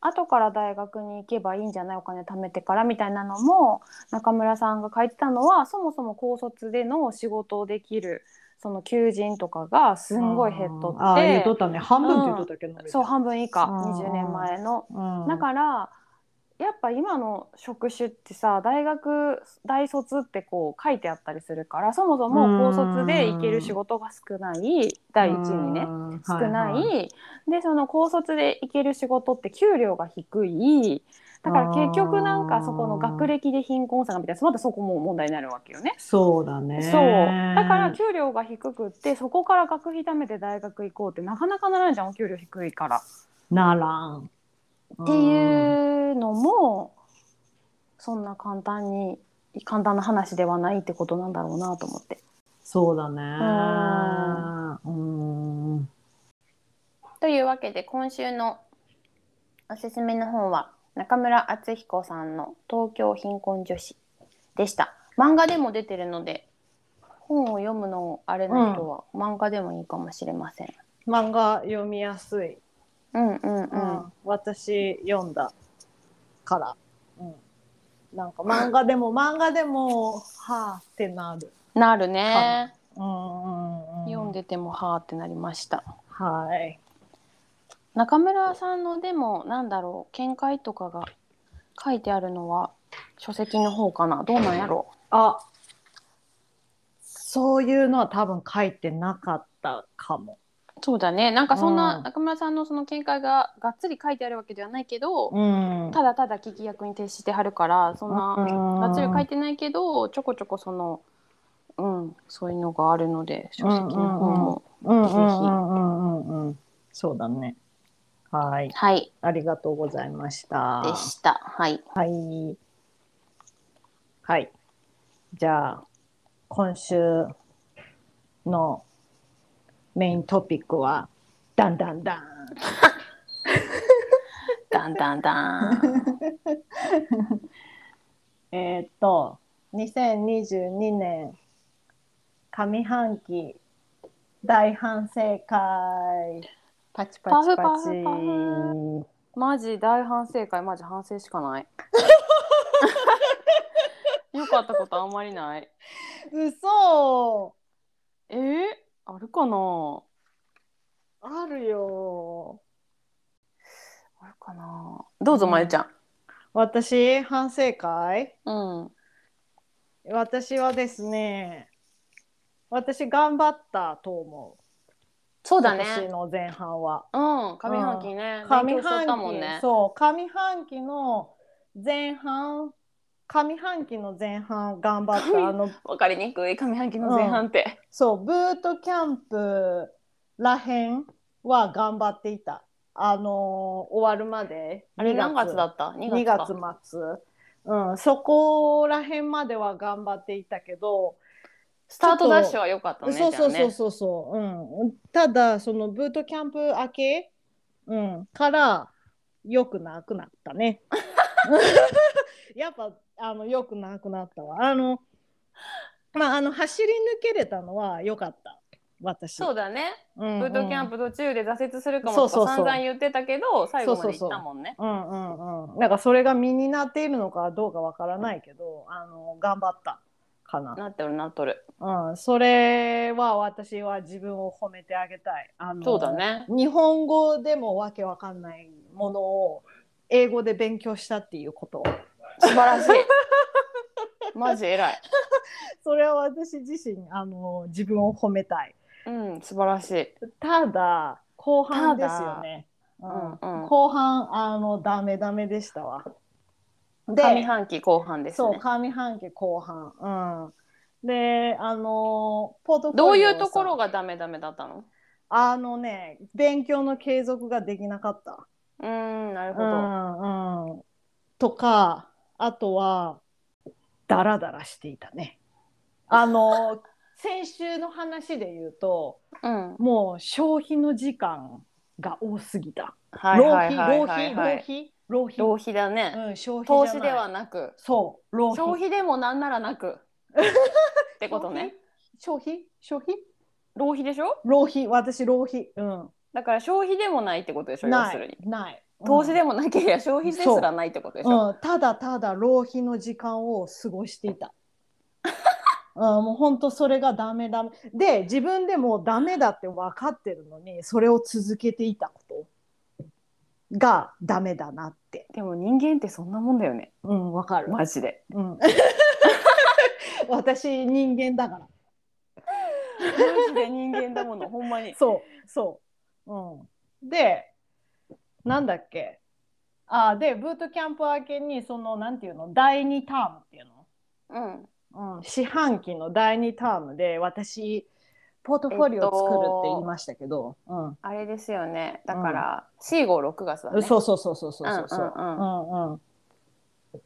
後から大学に行けばいいんじゃないお金貯めてからみたいなのも中村さんが書いてたのはそもそも高卒での仕事をできるその求人とかがすんごい減っと
あ
っ
あ言ってとったね半分って言っとったけど、
そう半分以下
うん
20年前の。
分
だからやっぱ今の職種ってさ大学大卒ってこう書いてあったりするからそもそも高卒で行ける仕事が少ない第一にね。少ない、でその高卒で行ける仕事って給料が低いだから結局なんかそこの学歴で貧困差がみたいなまたそこも問題になるわけよね。
そうだね
そうだから給料が低くってそこから学費貯めて大学行こうってなかなかならんじゃんお給料低いから。
ならん
っていうのもそんな簡単に簡単な話ではないってことなんだろうなと思って。
そうだねうん
というわけで今週のおすすめの本は中村敦彦さんの「東京貧困女子」でした漫画でも出てるので本を読むのあれな人は漫画でもいいかもしれません、
漫画読みやすい、
うん、うんうん
う私読んだから、うん、なんか漫画でも漫画でもはあってなる
なるね
読
読んでてもはーってなりました
はい
中村さんのでもなんだろう見解とかが書いてあるのは書籍の方かなどうなんやろ
あそういうのは多分書いてなかったかも
そうだねなんかそん
う
なん中村さんのその見解ががっつり書いてあるわけではないけど、
うん
ただただ聞き役に徹してはるからそんながっつり書いてないけどちょこちょこそのうんそういうのがあるので書籍の方
うんうん
も、
うんうんうんうんうんうんそうだねはい
はい
ありがとうございました
でしたはい
はいはいじゃあ今週のメイントピックはダンダンダン。
だんだんだん。
えーっと、2022年上半期大反省会。パチパチ
パ
パ
フパ
チ
フ。パフマジ大反省会マジ反省しか ない。良かったことあんまりない。
嘘
えー、あるかな
あるよ。
あるかなどうぞ
うん
まゆちゃん。
私、反省会
うん。
私はですね、私頑張ったと思う。
そう
今年。の前半は。
うん。上半期ね。勉強し
上
とっ
半
た
期
もんね。
そう上半期の前半上半期の前半頑張ったあの
わかりにくい上半期
の前半
って。
そうブートキャンプらへんは頑張っていたあのー終わるまで
あれ何月だ
っ
った？2
2
月
月
か。
末うんそこらへんまでは頑張っていたけど
スタートダッシュは良かったね。
そうそう
じゃあ
そう
ね
そうそう、うん、ただそのブートキャンプ明け、うん、からよくなくなっ たねやっぱあのよくなくなったわあのまああの走り抜けれたのは良かった私
そうだね。
うんうん、
ブートキャンプ途中で挫折するかも
そ
と
うそう
か
そう
散々言ってたけど、最後まで行ったもんね。
うんうんうんなんかそれが身になっているのかどうかわからないけどあの頑張ったかな
なってるなっとる。
うん、それは私は自分を褒めてあげたい。あの
そうだね。
日本語でもわけわかんないものを英語で勉強したっていうこと
素晴らしい。 マジ偉い。
それは私自身あの自分を褒めたい
うん、素晴らしい。
ただ後半ですよね、う
うんんうん
後半あのダメダメでしたわで
上半期後半です
そう
ね。
上半期後半うんであのポートフォリ
どう
オをさ
いうところがダメダメだったの？
あのね勉強の継続ができなかった
うーん、なるほ
う
ど。
んうん、とかあとはダラダラしていたね。あの 先週の話で言うと
うん。
もう消費の時間が多すぎた。
はい
浪
はい
費
はい
浪
はい
費
は
浪
い。
費浪費
浪費だね。
うん、消費
投
じ
資
ゃ
で
ない
はなく、
そう浪費
消費でもなんならな く。ってことね。
消費消費
浪費でしょ？
浪費私浪費うん
だから消費でもないってことでしょ？要
な
するに
い。ない
投資で
も、
もなければ消費ですらないってことでしょ？
うん、ただただ浪費の時間を過ごし ていた。うん、もう本当それがダメダメで自分でもダメだって分かってるのにそれを続けていたことがダメだなって
でも人間ってそんなもんだよね。
うん分かる、
マジで。
うん 私人間だから
マジで人間だもの、ほんま に。
そうそう、うん、でなんだっけあーでブートキャンプ明けにそのなんていうの第2タームっていうの
うん。
うん、四半期の第2タームで私ポートフォリオを作るって言いましたけど、
あれですよね。だから、四五六月だ
うん、
ね。
そうそうそうそうそうそうそう
う
うん
うん
うん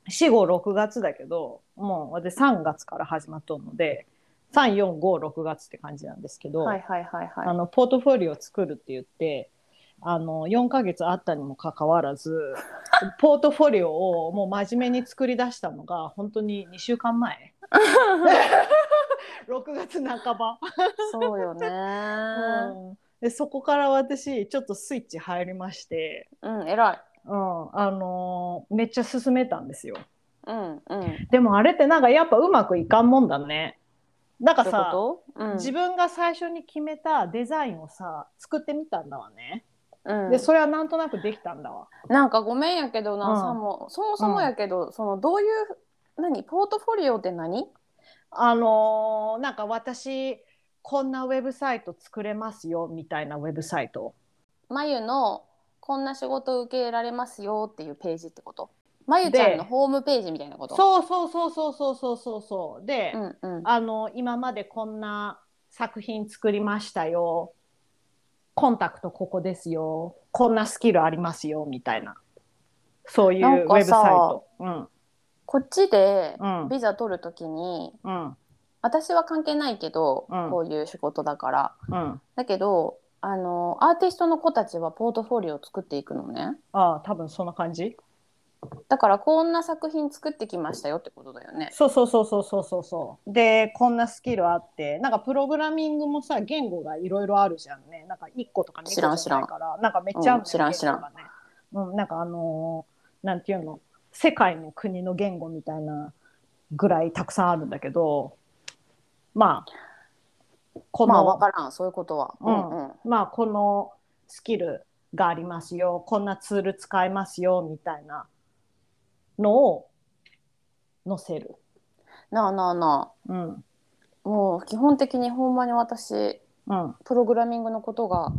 四五六月だけどもう私3月から始まっとるので3456月って感じなんですけど、
はいはいはい
あ
は
のポートフォリオを作るって言ってあの4ヶ月あったにもかかわ らずポートフォリオをもう真面目に作り出したのが本当に2週間前6月半ば。
い。 そうよね。
でそこから私ちょっとスイッチ入りまして、
うん、偉い。
うんあのーめっちゃ進めたんですよ
うんうん。
でもあれってなんかやっぱうまくいかんもんだねなんかさ、
どういうこと
自分が最初に決めたデザインをさ作ってみたんだわね、
うんうん
でそれはなんとなくできたんだわ
なんかごめんやけどな、
うん
さもそもそもやけど、そのどういう何ポートフォリオって何
あのーなんか私こんなウェブサイト作れますよみたいなウェブサイト
まゆのこんな仕事受け入れられますよっていうページってことまゆちゃん
で
のホームページみたいなこと
そうそうそうそうそうそうそうそうで、
んうん
あの今までこんな作品作りましたよコンタクトここですよこんなスキルありますよみたいなそういうウ
なん
ェ
か
ブサイ
さ
ト。うん
こっちで
うん
ビザ取るときに
うん
私は関係ないけど、
うん
こういう仕事だから
うん
だけどあのアーティストの子たちはポートフォリオを作っていくのね
ああ、多分そんな感じ
だからこんな作品作ってきましたよってことだよね
そうそうそうそうそうそうそう。で、こんなスキルあって、なんかプログラミングもさ、言語がいろいろあるじゃんね。なんか1個とか2個
知
じゃ
ら
なんいから、なんかめっちゃあるのよ
うん知らん知らん
言語がねうん、なんかあのーなんていうの、世界の国の言語みたいなぐらいたくさんあるんだけど、まあ、この、
まあ分からんそういうことは、
うん
うんうん、
まあこのスキルがありますよこんなツール使えますよみたいなのを載せる。
なあなあな
うん
あもう基本的にほんまに私
うん、
プログラミングのことが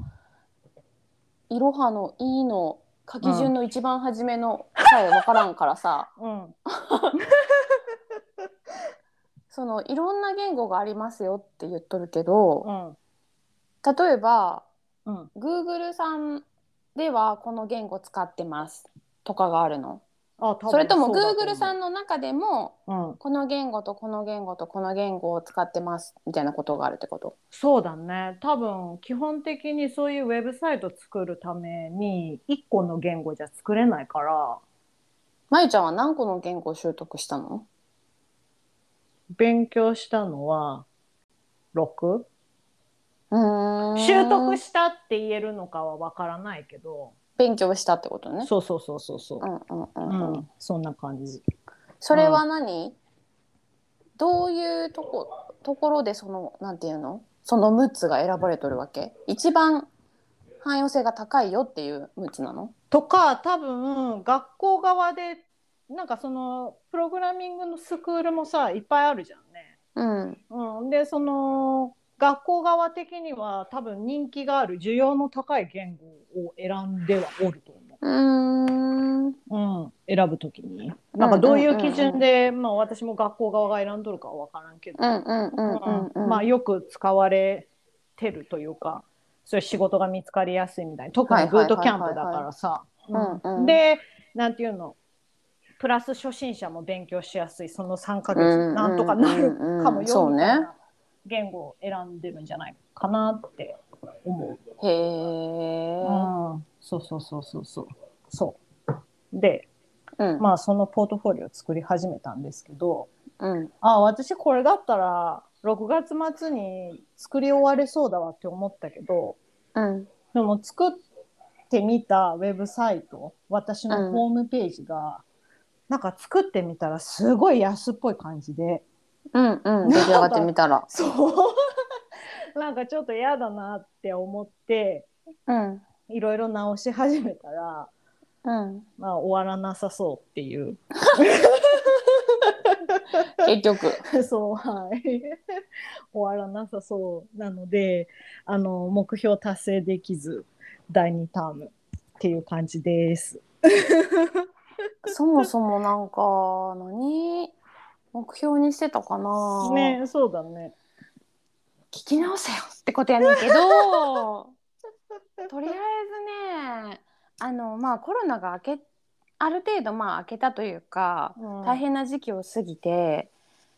いろはの「い」の書き順の一番初めのさえ分からんからさ、
うん、
そのいろんな言語がありますよって言っとるけど
うん、
例えば
うん、
Google さんではこの言語使ってますとかがあるの
あ、多分
それとも
うだ思う
Google さんの中でも
うん、
この言語とこの言語とこの言語を使ってますみたいなことがあるってこと
そうだね。多分基本的にそういうウェブサイト作るために一個の言語じゃ作れないから、
まゆちゃんは何個の言語を習得したの
勉強したのは六。
うーん
習得したって言えるのかはわからないけど、
勉強したってことね
そうそうそうそうそう
う。んうんう
うん
うん、
ん、そんな感じ。
それは何、どういうとこところでそのなんていうのその6つが選ばれとるわけ一番汎用性が高いよっていう6つなの
とか多分学校側でなんかそのプログラミングのスクールもさいっぱいあるじゃんね。
うん
うん、でその学校側的には多分人気がある需要の高い言語を選んではおると
うーん
思う、うん、選ぶときになんかどういう基準で、まあ、私も学校側が選んどるかは分からんけど、
うんうんうんうんうん
まあ、よく使われてるというかそういう仕事が見つかりやすいみたいな特
は
に
い
ブ
はいはいはいはい
ートキャンプだからさ。
うんうん
でなんていうのプラス初心者も勉強しやすいその3ヶ月なんとかなるかもよ
そう
み
ね
たいな言語を選んでるんじゃないかなって思う。
へえ、
うんそうそうそうそうそう。そうで
うん
まあそのポートフォリオを作り始めたんですけど、
うん
あ私これだったら6月末に作り終われそうだわって思ったけど
うん
でも作ってみたウェブサイト私のホームページが、なんか作ってみたらすごい安っぽい感じで
うんうん出来上がってみたら
そう なんかちょっと嫌だなって思って
うん
いろいろ直し始めたら
うん
まあ終わらなさそうって いう
結 局
そうはい 終わらなさそうなのであの目標達成できず第2タームっていう感じです。
そもそもなんか何目標にしてたかな、
ねそうだ ね。
聞き直せよってことやねんけど とりあえずねあのまあコロナが明けある程度まあ明けたというか、大変な時期を過ぎて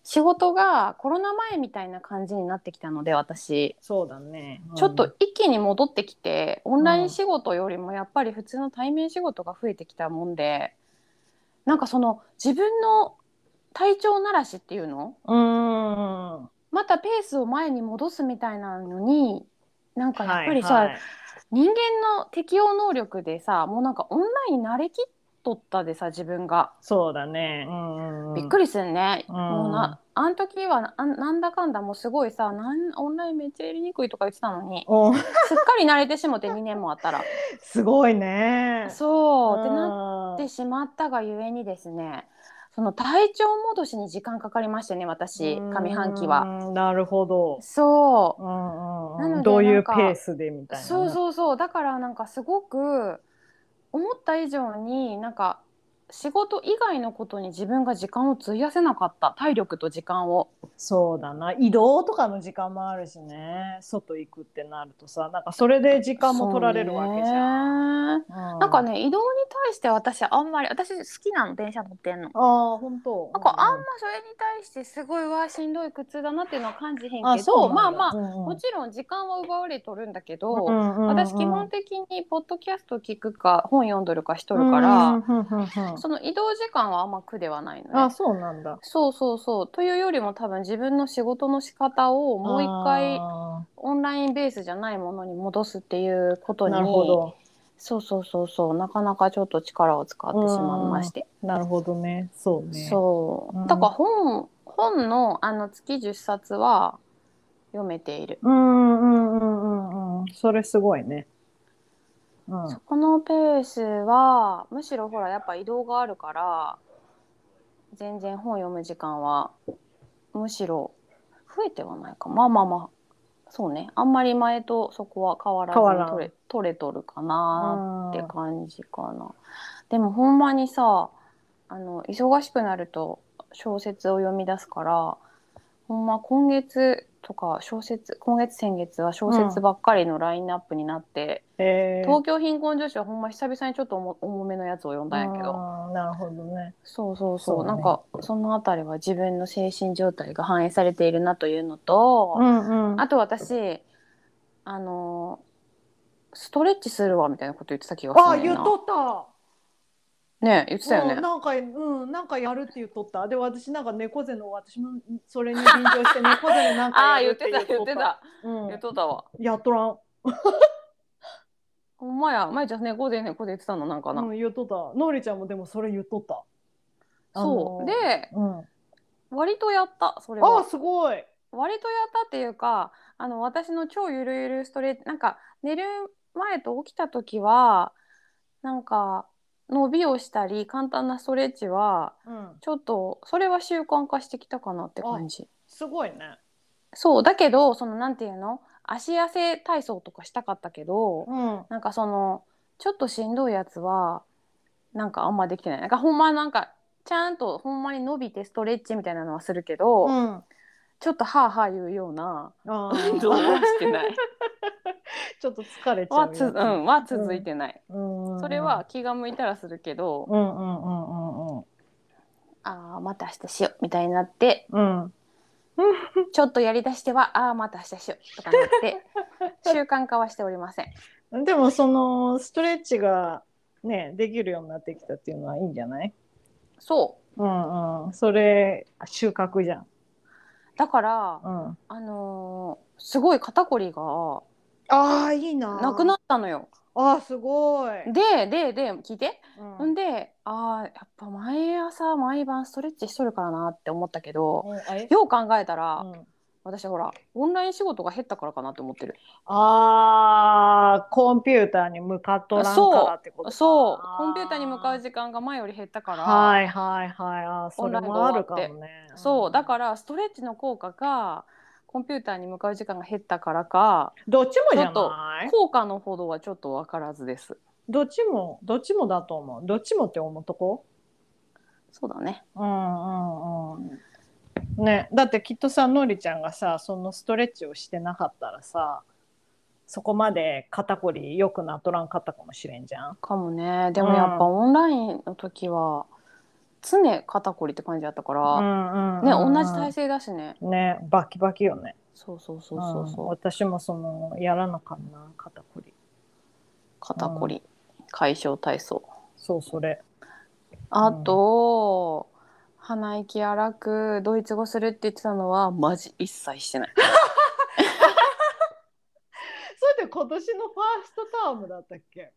仕事がコロナ前みたいな感じになってきたので私。
そうだね。
ちょっと一気に戻ってきてオンライン仕事よりもやっぱり普通の対面仕事が増えてきたもんでなんかその自分の体調ならしっていうの
うん。うん。
またペースを前に戻すみたいなのになんかやっぱりさ、
はいはい
人間の適応能力でさもうなんかオンライン慣れきっとったでさ自分が
そうだね。うん。
びっくりするね、
うん
もうなあん時はあんなんだかんだもうすごいさなんオンラインめっちゃやりにくいとか言ってたの に
お
すっかり慣れてしもて2年もあったら
すごいね。
そうってな
な
ってしまったがゆえにですねその体調戻しに時間かかりましてね私上半期は。
うん。なるほど。
そうな
うんうん
の
うん。
で
どうい
なん
うペ
か
ースでみたいなね。
そうそうそうだからなんかすごく思った以上になんか仕事以外のことに自分が時間を費やせなかった体力と時間を
そうだな移動とかの時間もあるしね外行くってなるとさなんかそれで時間も取られるわけじゃん、
ゃん、
う
なんかね移動に対して私あんまり私好きなの電車乗ってんの
ああ本当
なんかあんまそれに対してすごいわしんどい苦痛だなっていうのは感じへんけど
あそう
まあまあ、
あ
もちろん時間は奪われとるんだけど、
んうん
私基本的にポッドキャスト聞くか本読んどるかしと
取
るから、
ら
その移動時間はあんま苦ではないの
あ
ね。
そうなんだ
そうそうそうというよりも多分自分の仕事の仕方をもう一回
あ
オンラインベースじゃないものに戻すっていうこと
ー
に
なるほど
そうそうそうそうなかなかちょっと力を使ってしまいまして、
なるほどねそうね
そう、
うん
だから本本のあの月10冊は読めている、
うんうんうんうんうんそれすごいねうん
そこのペースはむしろほらやっぱ移動があるから全然本読む時間はむしろ増えてはないかまあまあまあそうねあんまり前とそこは変わらず
変わらん
に取れ取れとるかな
あ
って感じかな。でもほんまにさあの忙しくなると小説を読み出すからほんま今月とか小説今月先月は小説ばっかりのラインナップになって、
えー
東京貧困女子はほんま久々にちょっと重重めのやつを読んだんやけど
あーなるほどね
そうそうそう
そうね
なんかそのあたりは自分の精神状態が反映されているなというのと、
ん
あと私あのストレッチするわみたいなこと言ってた気がする
あ
ねん
言っ
な
とった
ね言ってたよね
うん、。なんか、うん、なんかやるって言っとった。で、私なんか猫背の、私もそれに便乗して、猫背のなん
あ
か
あ
や
言
る
っ
って
てた言
言っと
っ
ってた。
た
うん
言っとったわ
やっとらん。
ほんまや前じゃあ猫で猫で言ってたのなんかな、
うん、言っとった。のりちゃんもでもそれ言っとった。
そう
あの
で、
うん。
割とやったそれ
ああ、
は
すごい。
割とやったっていうかあの私の超ゆるゆるストレッチなんか寝る前と起きた時はなんか伸びをしたり簡単なストレッチは
うん。
ちょっとそれは習慣化してきたかなって感じ
すごいね。
そうだけどそのなんていうの足痩せ体操とかしたかったけど、
うん。
なんかそのちょっとしんどいやつはなんかあんまできてないなんかほんまなんかちゃんとほんまに伸びてストレッチみたいなのはするけど、
うん。あ
ちょっとはあはあ言うような
あ
運動
ー。
はしてない
ちょっと疲れち ゃ
は
う
つ、う
や
ん、は続いてない、
つ。うん。
それは。気が向いたらするけど、
うんうんうんうんうん。
ああまた明日しようみたいになって
うん。
ちょっとやりだしてはああまた明日しようとかなって 習慣化はしておりません
でもそのストレッチがねできるようになってきたっていうのはいいんじゃない
そ
うんうん、それ収穫じゃん。
うだから、
うん、あ
あのーすごい肩こりが
あいいな。
なくなったのよ
ああすごい。
ででで聞いて
うん
ほんであーやっぱ毎朝毎晩ストレッチしとるからなって思ったけど
うんあれ
よう考えたら、
うん
私ほらオンライン仕事が減ったからかなって思ってる
あーコンピューターに向かっとらんからってことか
そうコンピューターに向かう時間が前より減ったから、
はいはいはいあーそれもあるかもね。
そうだかららストレッチの効果かコンピューターに向かう時間が減ったからか
どっちもじ
ちょ
ゃ
っと
ない
効果のほどはちょっと分からずです
どっちもどっちもだと思う。どっちもって思うとこ
そうだね
うんうんうん。ね、だってきっとさのりちゃんがさそのストレッチをしてなかったらさそこまで肩こり良くなっとらんかったかもしれんじゃん。
かもねでもやっぱオンラインの時は常肩こりって感じだったから、
ん
ね、同じ体勢だしね。
ねバキバキよね。
そうそうそうそうそう。
ん私もそのやらなかったな肩こり。
肩こり、解消体操。
そうそれ。
あと、鼻息荒くドイツ語するって言ってたのはマジ一切してない。
それって今年のファーストタームだったっけ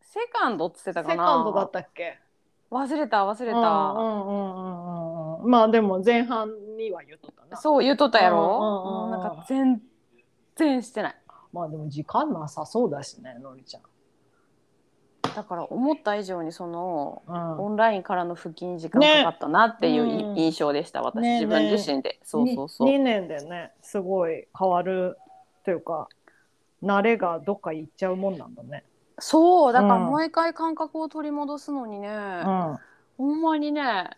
セカンドっつって
セ
たかな。
カンドだったっけ
忘れた忘れた。
うんうんうんうんうん。まあでも前半には言っとったな。
そう言うとったやろ。
うんうんうんうん
もうなんか全然してない。
まあでも時間なさそうだしねのりちゃん。
だから思った以上にその。
う
オンラインからの復帰に時間かかったなっていうい、
ねうん
印象でした私、
ね
自分自身で、そうそうそう
2年でねすごい変わるというか慣れがどっか行っちゃうもんなんだね。
そうだから
うん
もう一回感覚を取り戻すのにね、
うん、
ほんまにね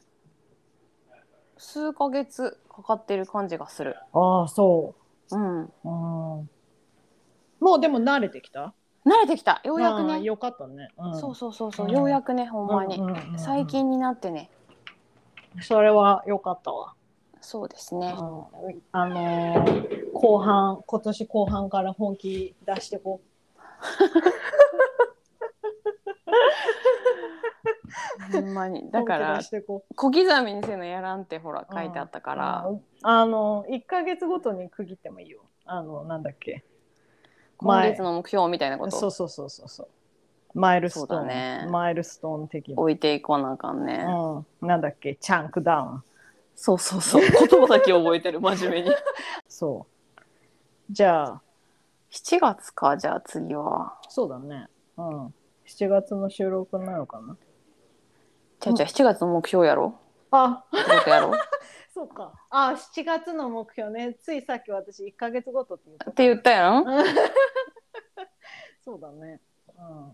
数ヶ月かかってる感じがする。
ああそ
うん、
う、うん、もうでも慣れてきた
慣れてきたようやく
ああ
ね、
よかったね、うん、
そうそうそうそう、
うん
ようやくねほんまに、
うんうんうんうん
最近になってね
それはよかったわ、
そうです
う
ね、
ん、あのー後半今年後半から本気出してこう
ほんま にだか
本気
ら
出してこう
小刻みにせなやらんってほら書いてあったから、
うんあの1か月ごとに区切ってもいいよあのなんだっけ
今月の目標みたいなこ
そう
と
そうそうそうそうマイルスト
そ
ー
うだ
ン、
ね
マイルストーン的な、
置いていこうなあかんね、
うん、なんだっけチャンクダウン
そうそうそう言葉だけ覚えてる真面 目に
そうじゃあ
7月かじゃあ次は
そうだねうん7月の収録になるかな
じゃあじゃあ7月の目標やろ
あ
ってことやろっ
そうかあ7月の目標ねついさっき私1か月ごとって言った
て言ったやん7
そうだねうん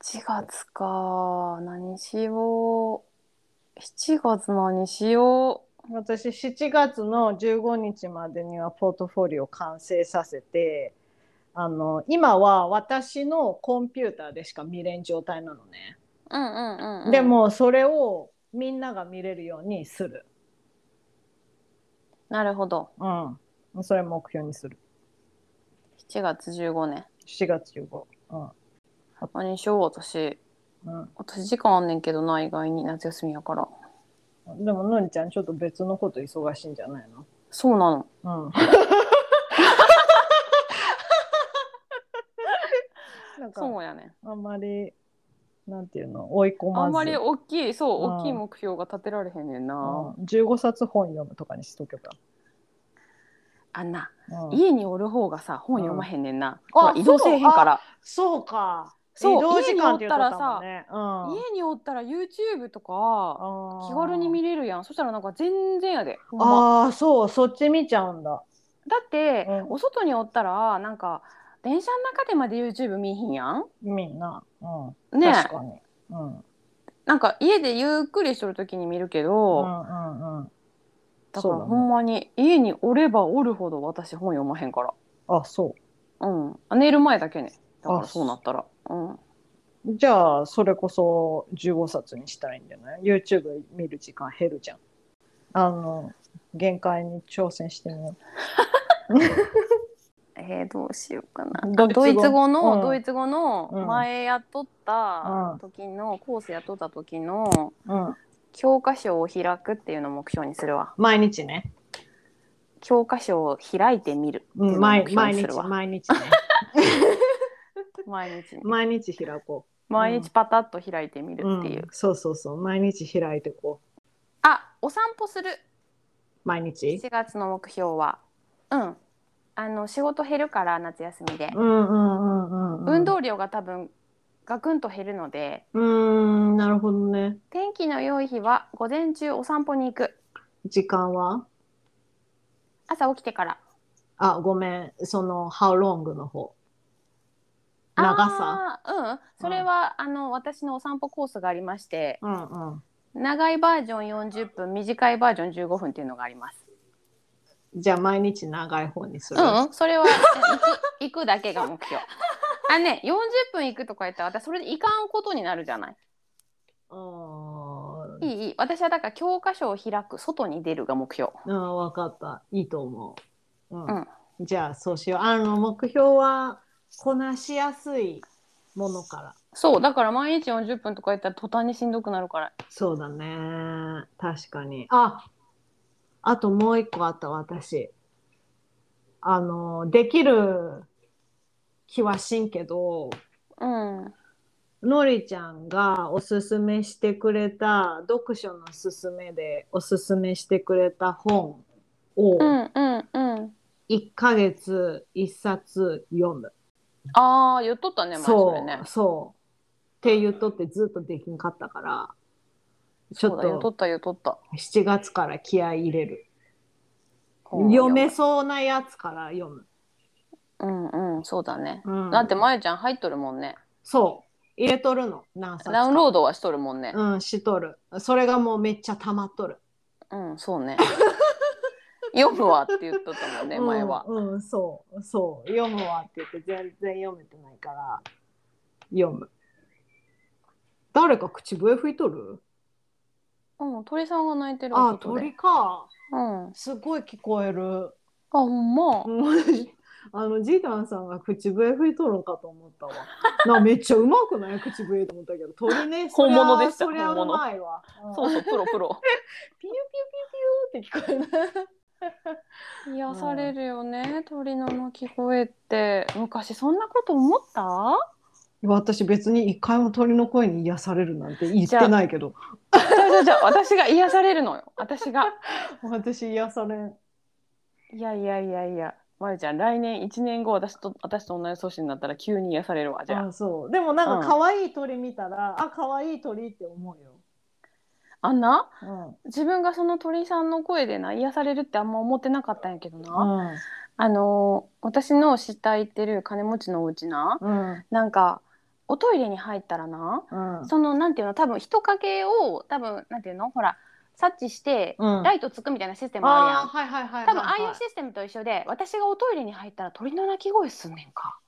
月か何しよう7月何しよ
私7月の15日までにはポートフォリオ完成させてあの今は私のコンピューターでしか見れん状態なのね、
ううんうんうん、うん、
でもそれをみんなが見れるようにする、
なるほど
うん、それ目標にする
7月15年
7月15、うん
何しよう私
う
私時間あんねんけどな意外に夏休みやから
ん、でものりちゃんちょっと別のこと忙しいんじゃない
そうなの
の、 うん、なんか
そうやね
あんまりなんていうの追い込まず
あんまり大きいそう、
うん
大きい目標が立てられへんねんな、
うん15冊本読むとかにしとけば。
あんな、
うん
家におる方がさ本読まへんねんな、
うん
ほら
あ
移動せえへんから
そうか。
そう
移動時間って言ってたもんね。うん
家におったら YouTube とか
あー
気軽に見れるやんそしたらなんか全然やでほんま
ああ、そう、そっち見ちゃうんだ。
だって、
うん
お外におったらなんか電車の中でまで YouTube 見えへんやん
みんな。う
ね
ん。
え
確かに。うん。うん
なんか家でゆっくりしとる時に見るけ
う
ど、
んうん。
だか
そう
ら
だね
ほんまに家におればおるほど私本読まへんから
あ、そ
うん寝る前だけねだから
あ
そうなったらうん
う。じゃあ、それこそ15冊にしたらいいんじゃない ?YouTube 見る時間減るじゃん。あの、限界に挑戦してみよ
えー、どうしようかな
ドイツ語
ドイツ語の、
うん
ドイツ語の
うん
前やっとった時の、コースやっとった時の
う。うん。
教科書を開くっていうのを目標にするわ
毎日ね。
教科書を開いてみるっていううの
ん、
を目標
毎
に
毎
す
日、
るわ、
毎 日ね。
毎日ね
毎日開こ
毎日パタッと開いてみる
う。う
っていう、
ん。そうそうそう。毎日開いてこう。
あお散歩する
毎日
7月の目標はうんあの仕事減るから夏休みで、
うんうんうんうんうん
運動量が多分ガクンと減るので
うーんなるほどね
天気の良い日は午前中お散歩に行く
時間は
朝起きてから
あごめんその「How long」の方長さ
あーうんそれは、あの私のお散歩コースがありまして
うんうん
長いバージョン40分短いバージョン15分っていうのがあります
じゃあ毎日長い方にす
う
る、
ん、うん、それはえ行く行くだけが目標あね40分行くとか言ったら私それでいかんことになるじゃない
うん
いいいい私はだから教科書を開く外に出るが目標
うん分かったいいと思う、うん
うん
じゃあそうしようあの目標はこなしやすいものから
そうだから毎日40分とか言ったら途端にしんどくなるから
そうだね確かにああともう一個あった私あのできる気はしんけど
うん
のりちゃんがおすすめしてくれた読書のすすめでおすすめしてくれた本を
うんうんうん
1ヶ月1冊読む、
ああ言っとったね前そ
そ
れ
う
ね
そうって言っとってずっとできんかったからち
そうだ言
ょ
っ
っ
と
と
った言っとった
7月から気合い入れる
うん
読めそうなやつから読む。
うんうんそうだね
うん
だってまゆちゃん入っとるもんね
そ入れとるの何冊か
ダウンロードはしとるもんね。
うんしとるそれがもうめっちゃ溜まっとる
うん、そうね。読むわって言っとったもんね、前は。
うん、うんそうそう読むわって言って全然読めてないから読む誰か口笛吹いとる
うん、鳥さんが泣いてる。
あ
後で
鳥か
うん。あ、
すごい聞こえる
ほんま。
うんあのジータンさんが口笛吹いとるんかと思 ったわなめっちゃうまくない口笛と思ったけど鳥ね
本物でした
そりゃそり
本
ゃう
物
まいわうん
そうそう、プロプロ。
ピューピューピューピューって聞こえ る
癒されるよね、鳥の鳴き声って。昔そんなこと思った
私別に一回も鳥の声に癒されるなんて言ってないけど
じゃあじゃあじゃあ私が癒されるのよ。私が。
私癒されん
いやいやいやいや。まるちゃん、来年1年後、私と、私と同じ年になったら急に癒されるわ、じゃあ。
あそうでもな
う
ん
ん
か可愛い鳥見たら、あ可愛い鳥って思うよ、
あんな
うん
自分がその鳥さんの声でな、癒されるってあんま思ってなかったんやけどな。
うん
あのー私の知った行ってる金持ちのお家な
うん
なんかおトイレに入ったらな
うん
そのなんていうの多分人影を多分なんていうのほら察知して
うん
ライトつくみたいなシステムあるや
あー
ん、
はいはいはいはい、はい、
多分ああいうシステムと一緒で私がおトイレに入ったら鳥の鳴き声すんねんか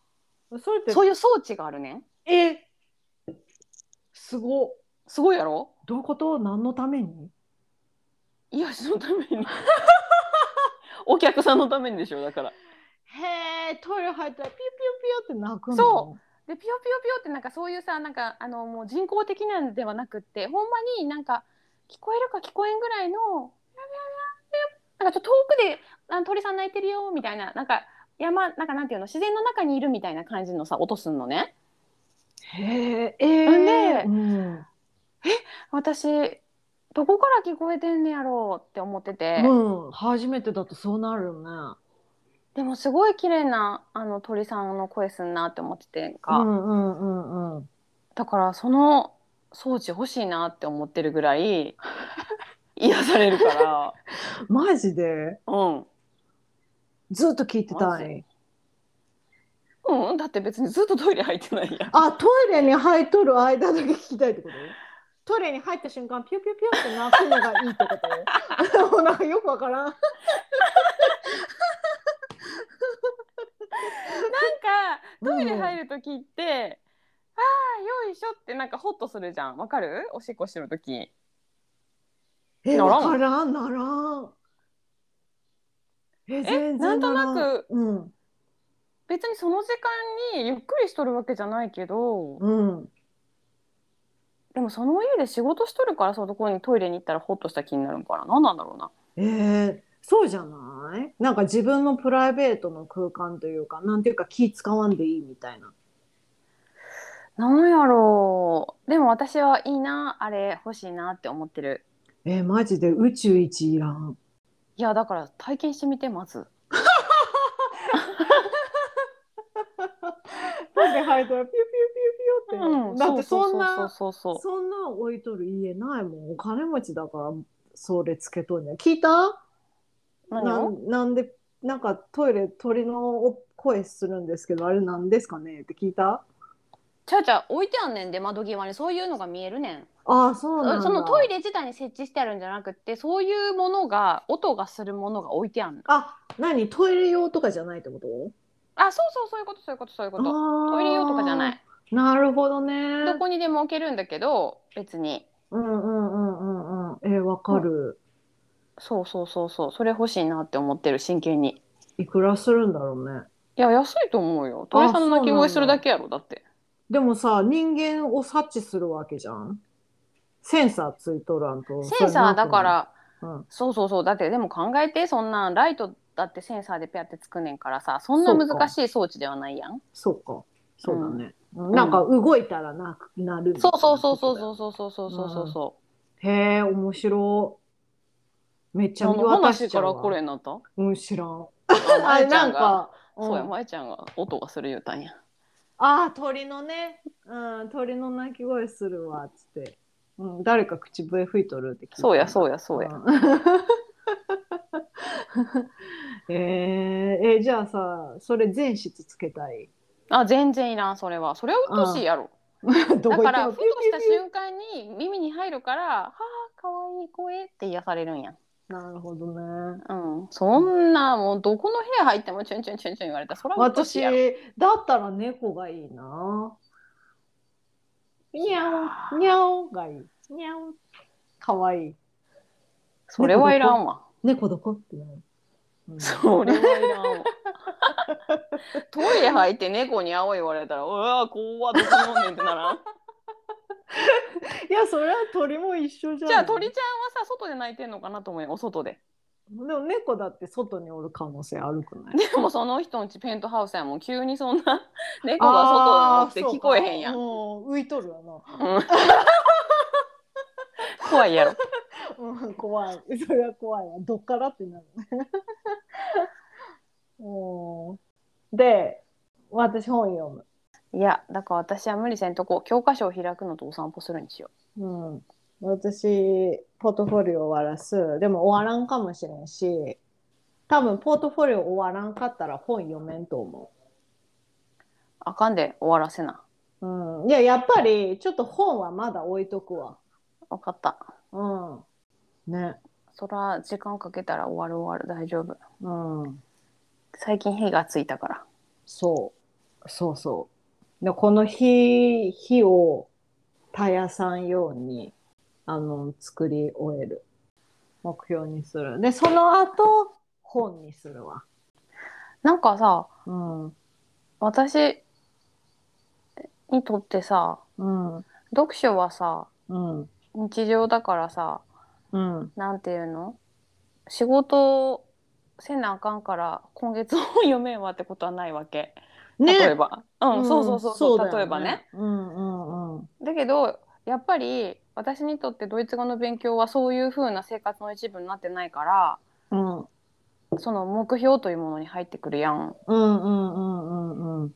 それって
そういう装置があるねん
えすご
すごいやろ
どういうこと何のために
癒やそのため にお客さんのためにでしょだから
へえトイレ入ったらピュピュピュって泣くの
そでピヨピヨピヨってなんかそういうさなんかあのもう人工的なんではなくってほんまになんか聞こえるか聞こえんぐらいのピヨピヨピヨピヨなんかちょっと遠くであの鳥さん鳴いてるよみたいななんか山なんかなんていうの自然の中にいるみたいな感じのさ音すんのね
うへええー、
ね
うん
私どこから聞こえてんねやろうって思ってて、
うん、初めてだとそうなるよね
でもすごい綺麗なあの鳥さんの声すんなって思っててん
う
か、
んうんうんうん
だからその装置欲しいなって思ってるぐらい 癒されるから。
マジで
うん
ずっと聞いてたい
うん、だって別にずっとトイレ入ってないやん。
あトイレに入っとる間だけ聞きたいってことトイレに入った瞬間ピュピュピュって鳴くのがいいってことも うなんかよくわからん
なんかトイレ入
る、
る時って、ああよいしょってなんかホッとするじゃん。わかる？おしっこしてる時。
え
ならん
わからんならんえ全然
なんとな
らん
く
うん
別にその時間にゆっくりしとるわけじゃないけど、
うん
でもその家で仕事しとるからそうところにトイレに行ったらホッとした気になるんからなんなんだろうな。
えー、そうじゃないなんか自分のプライベートの空間というかなんていうか気使わんでいいみたいな
なんやろう。でも私はいいなあれ欲しいなって思ってる。
えー、マジで宇宙一いらん
いやだから体験してみてまず。
トイレ入ったらピュピュピュピ
うん。
だってそんな
そうそうそうそうそう。
そんなん置いとる家ないもん。お金持ちだから、それつけとんねん。聞いた
何
な
を？
んなんで、なんかトイレ、鳥の声するんですけど、あれなんですかねって聞いた
ちゃうちゃう置いてあんねんで窓際にそういうのが見えるねん。
ああ、そうなんだ。
そのトイレ自体に設置してあるんじゃなくてそういうものが音がするものが置いてあるの
あ、何トイレ用とかじゃないってこと
あそうそうそういうことそういうことそういうこと
ト
トイレ用とかじゃない
い。なるほどね。
どこにでも置けるんだけど別に
うんうんうんうんうん。えーわかる。
そうそうそうそうそれ欲しいなって思ってる真剣に
いくらするんだろうね。
いや安いと思うよ鳥さんの鳴き声するだけやろだって
でもさ、人間を察知するわけじゃんセンサーついとらんと。
センサーだか。ら
うん、
そうそうそうだってでも考えてそんなんライトだってセンサーでペアってつくねんからさそんな
そうか
難しい装置ではないやん
そうか。そうだね。なんか動いたらなくなる。。
そうそうそうそうそうそうそうそうそうそう
へえ、面白い。めっ
う
ちゃ
何
見
の
渡
話
しち
か
ゃう
ら
わ
これ。になった
うん、知らん。
あま
あ、
えちゃ
なん
んが
か。
そうや、
ん
まえちゃんが音がする言うたんや。
あー、鳥のね。うん、鳥の鳴き声するわ、つって。うん、誰か口笛吹いとるって聞いた
そうや、そうや、そうや。
うん。えー、えじゃあさ、それ全室つけたい。
あ、全然いらん、それは。それは鬱陶しいやろ。
ど
だ
こ行
か
って
ら
も
ふとした瞬間に耳に入るから「はあ可愛い声」って癒されるんや。
なるほどね。
うん、そんなもうどこの部屋入ってもチュンチュンチュンチュン言われたらそらうっとし
私
い
だ
やろ
ったら猫がいいな。にゃおにゃおがいい。にゃおかわいい。
それはいらんわ。
猫どこってなる。うん
それはいらんわ。 トイレ入って猫に青い言われたら「うわ怖っどこ飲んねん」ってならん
いやそれは鳥も一緒じゃん。
じゃあ鳥ちゃんはさ外で泣いてんのかなと思うよお外で。
でも猫だって外におる可能性あるくない。
でもその人んちペントハウスやもん急にそんな猫が外でおって聞こえへんやん
あー。そうかうん浮いとるわな。
うん怖いやろ。
うん、怖い。それは怖いわ。どっからってなる ね。うんで、私本読む。
いやだから私は無理せんとこ教科書を開くのとお散歩するにしよ
うん。私、ポートフォリオ終わらす。でも終わらんかもしれんし、多分ポートフォリオ終わらんかったら本読めんと思
う。あかんで終わらせな。
う。うん。いや、やっぱりちょっと本はまだ置いとくわ。
わかった。
うん。ね。
そら時間かけたら終わる終わる大丈夫。
うん。
最近火がついたから。
そう。そうそう。で、この火、火を絶やさんように、あの、作り終える。目標にする。で、その後、本にするわ。
なんかさ
うん。う
私にとってさ
ん。
読書はさ
うん。
日常だからさ
うん。
なんていうの仕事をせなあかんから今月本読めんわってことはないわけ。例えば、うん、そうそうそうそう、
だよ
例えばね。。
うんうんうん。
だけどやっぱり私にとってドイツ語の勉強はそういう風な生活の一部になってないから
うん。
その目標というものに入ってくるやん
うんうんうんうんうん。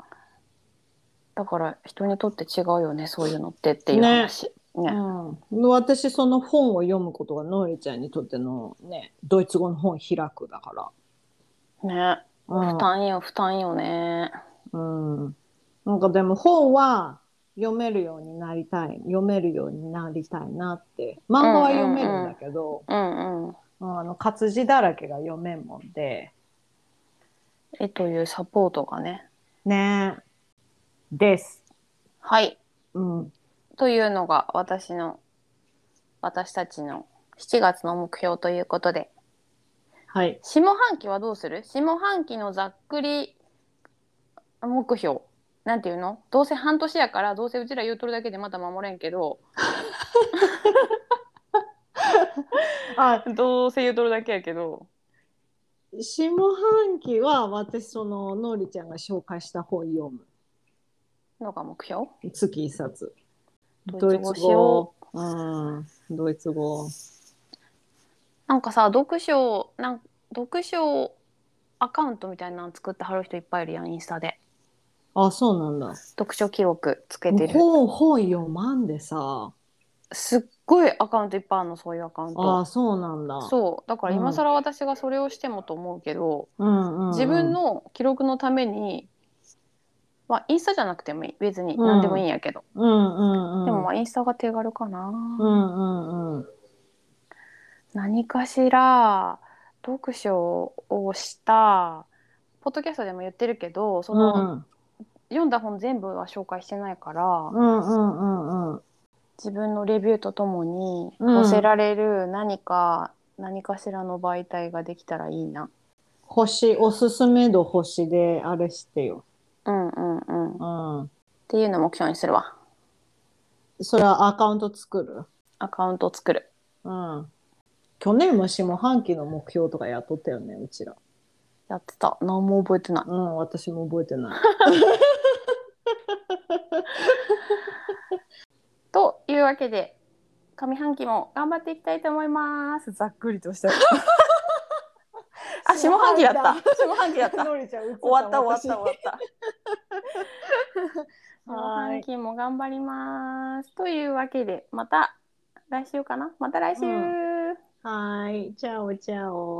だから人にとって違うよねそういうのってっていう話ね
うん、私その本を読むことがノエちゃんにとってのねドイツ語の本開くだか
ね
ら、うん
負担よ負担よね
うん。なんかでも本は読めるようになりたい。読めるようになりたいなって。漫画は読めるんだけど、
うんうん
うんあの活字だらけが読めんもんで。
絵というサポートがね
ねです。
はい
うん。
というのが私の私たちの7月の目標ということで
はい。
下半期はどうする下半期のざっくり目標なんていうのどうせ半年やからどうせうちら言うとるだけでまた守れんけど
あ、
どうせ言うとるだけやけど
下半期は私そのノリちゃんが紹介した本読む。
のが目標
月一冊。
ドイツ語しよ
ドイツ語。うん。ドイツ語。
なんかさ読書なん読書アカウントみたいなの作ってはる人いっぱいいるやんインスタで
あ、そうなんだ。
読書記録つけてる
本、本読まんでさ。
すっごいアカウントいっぱいあるのそういうアカウン
あ
ト
あ、そうなんだ。
そうだから今更私がそれをしてもと思うけど、
うんうんうん
自分の記録のために、まあ、インスタじゃなくてもいい別に
うん
何でもいいんやけど、
うんうんうん、
でもまあインスタが手軽かな、
うんうんうん
何かしら読書をしたポッドキャストでも言ってるけどその、読んだ本全部は紹介してないから、
うんうんうんうん
自分のレビューとともに
うん
載せられる何か、何かしらの媒体ができたらいいな。
星おすすめ度星であれしてよ、
うんうんうん、っ
うん、
ていうのを目標にするわ
それはアカウント作る、
アカウントを作る。
うん、去年も下半期の目標とかやっとったよねうちら
やってた何も覚えてない。
うん私も覚えてない
というわけで上半期も頑張っていきたいと思いますざっくりとした あ下半期だった下半期 だった終
のりちゃん映
わった終わった終わった 下
はーい
半期も頑張りますというわけでまた来週かなまた来週、
うはーいチャオチャオ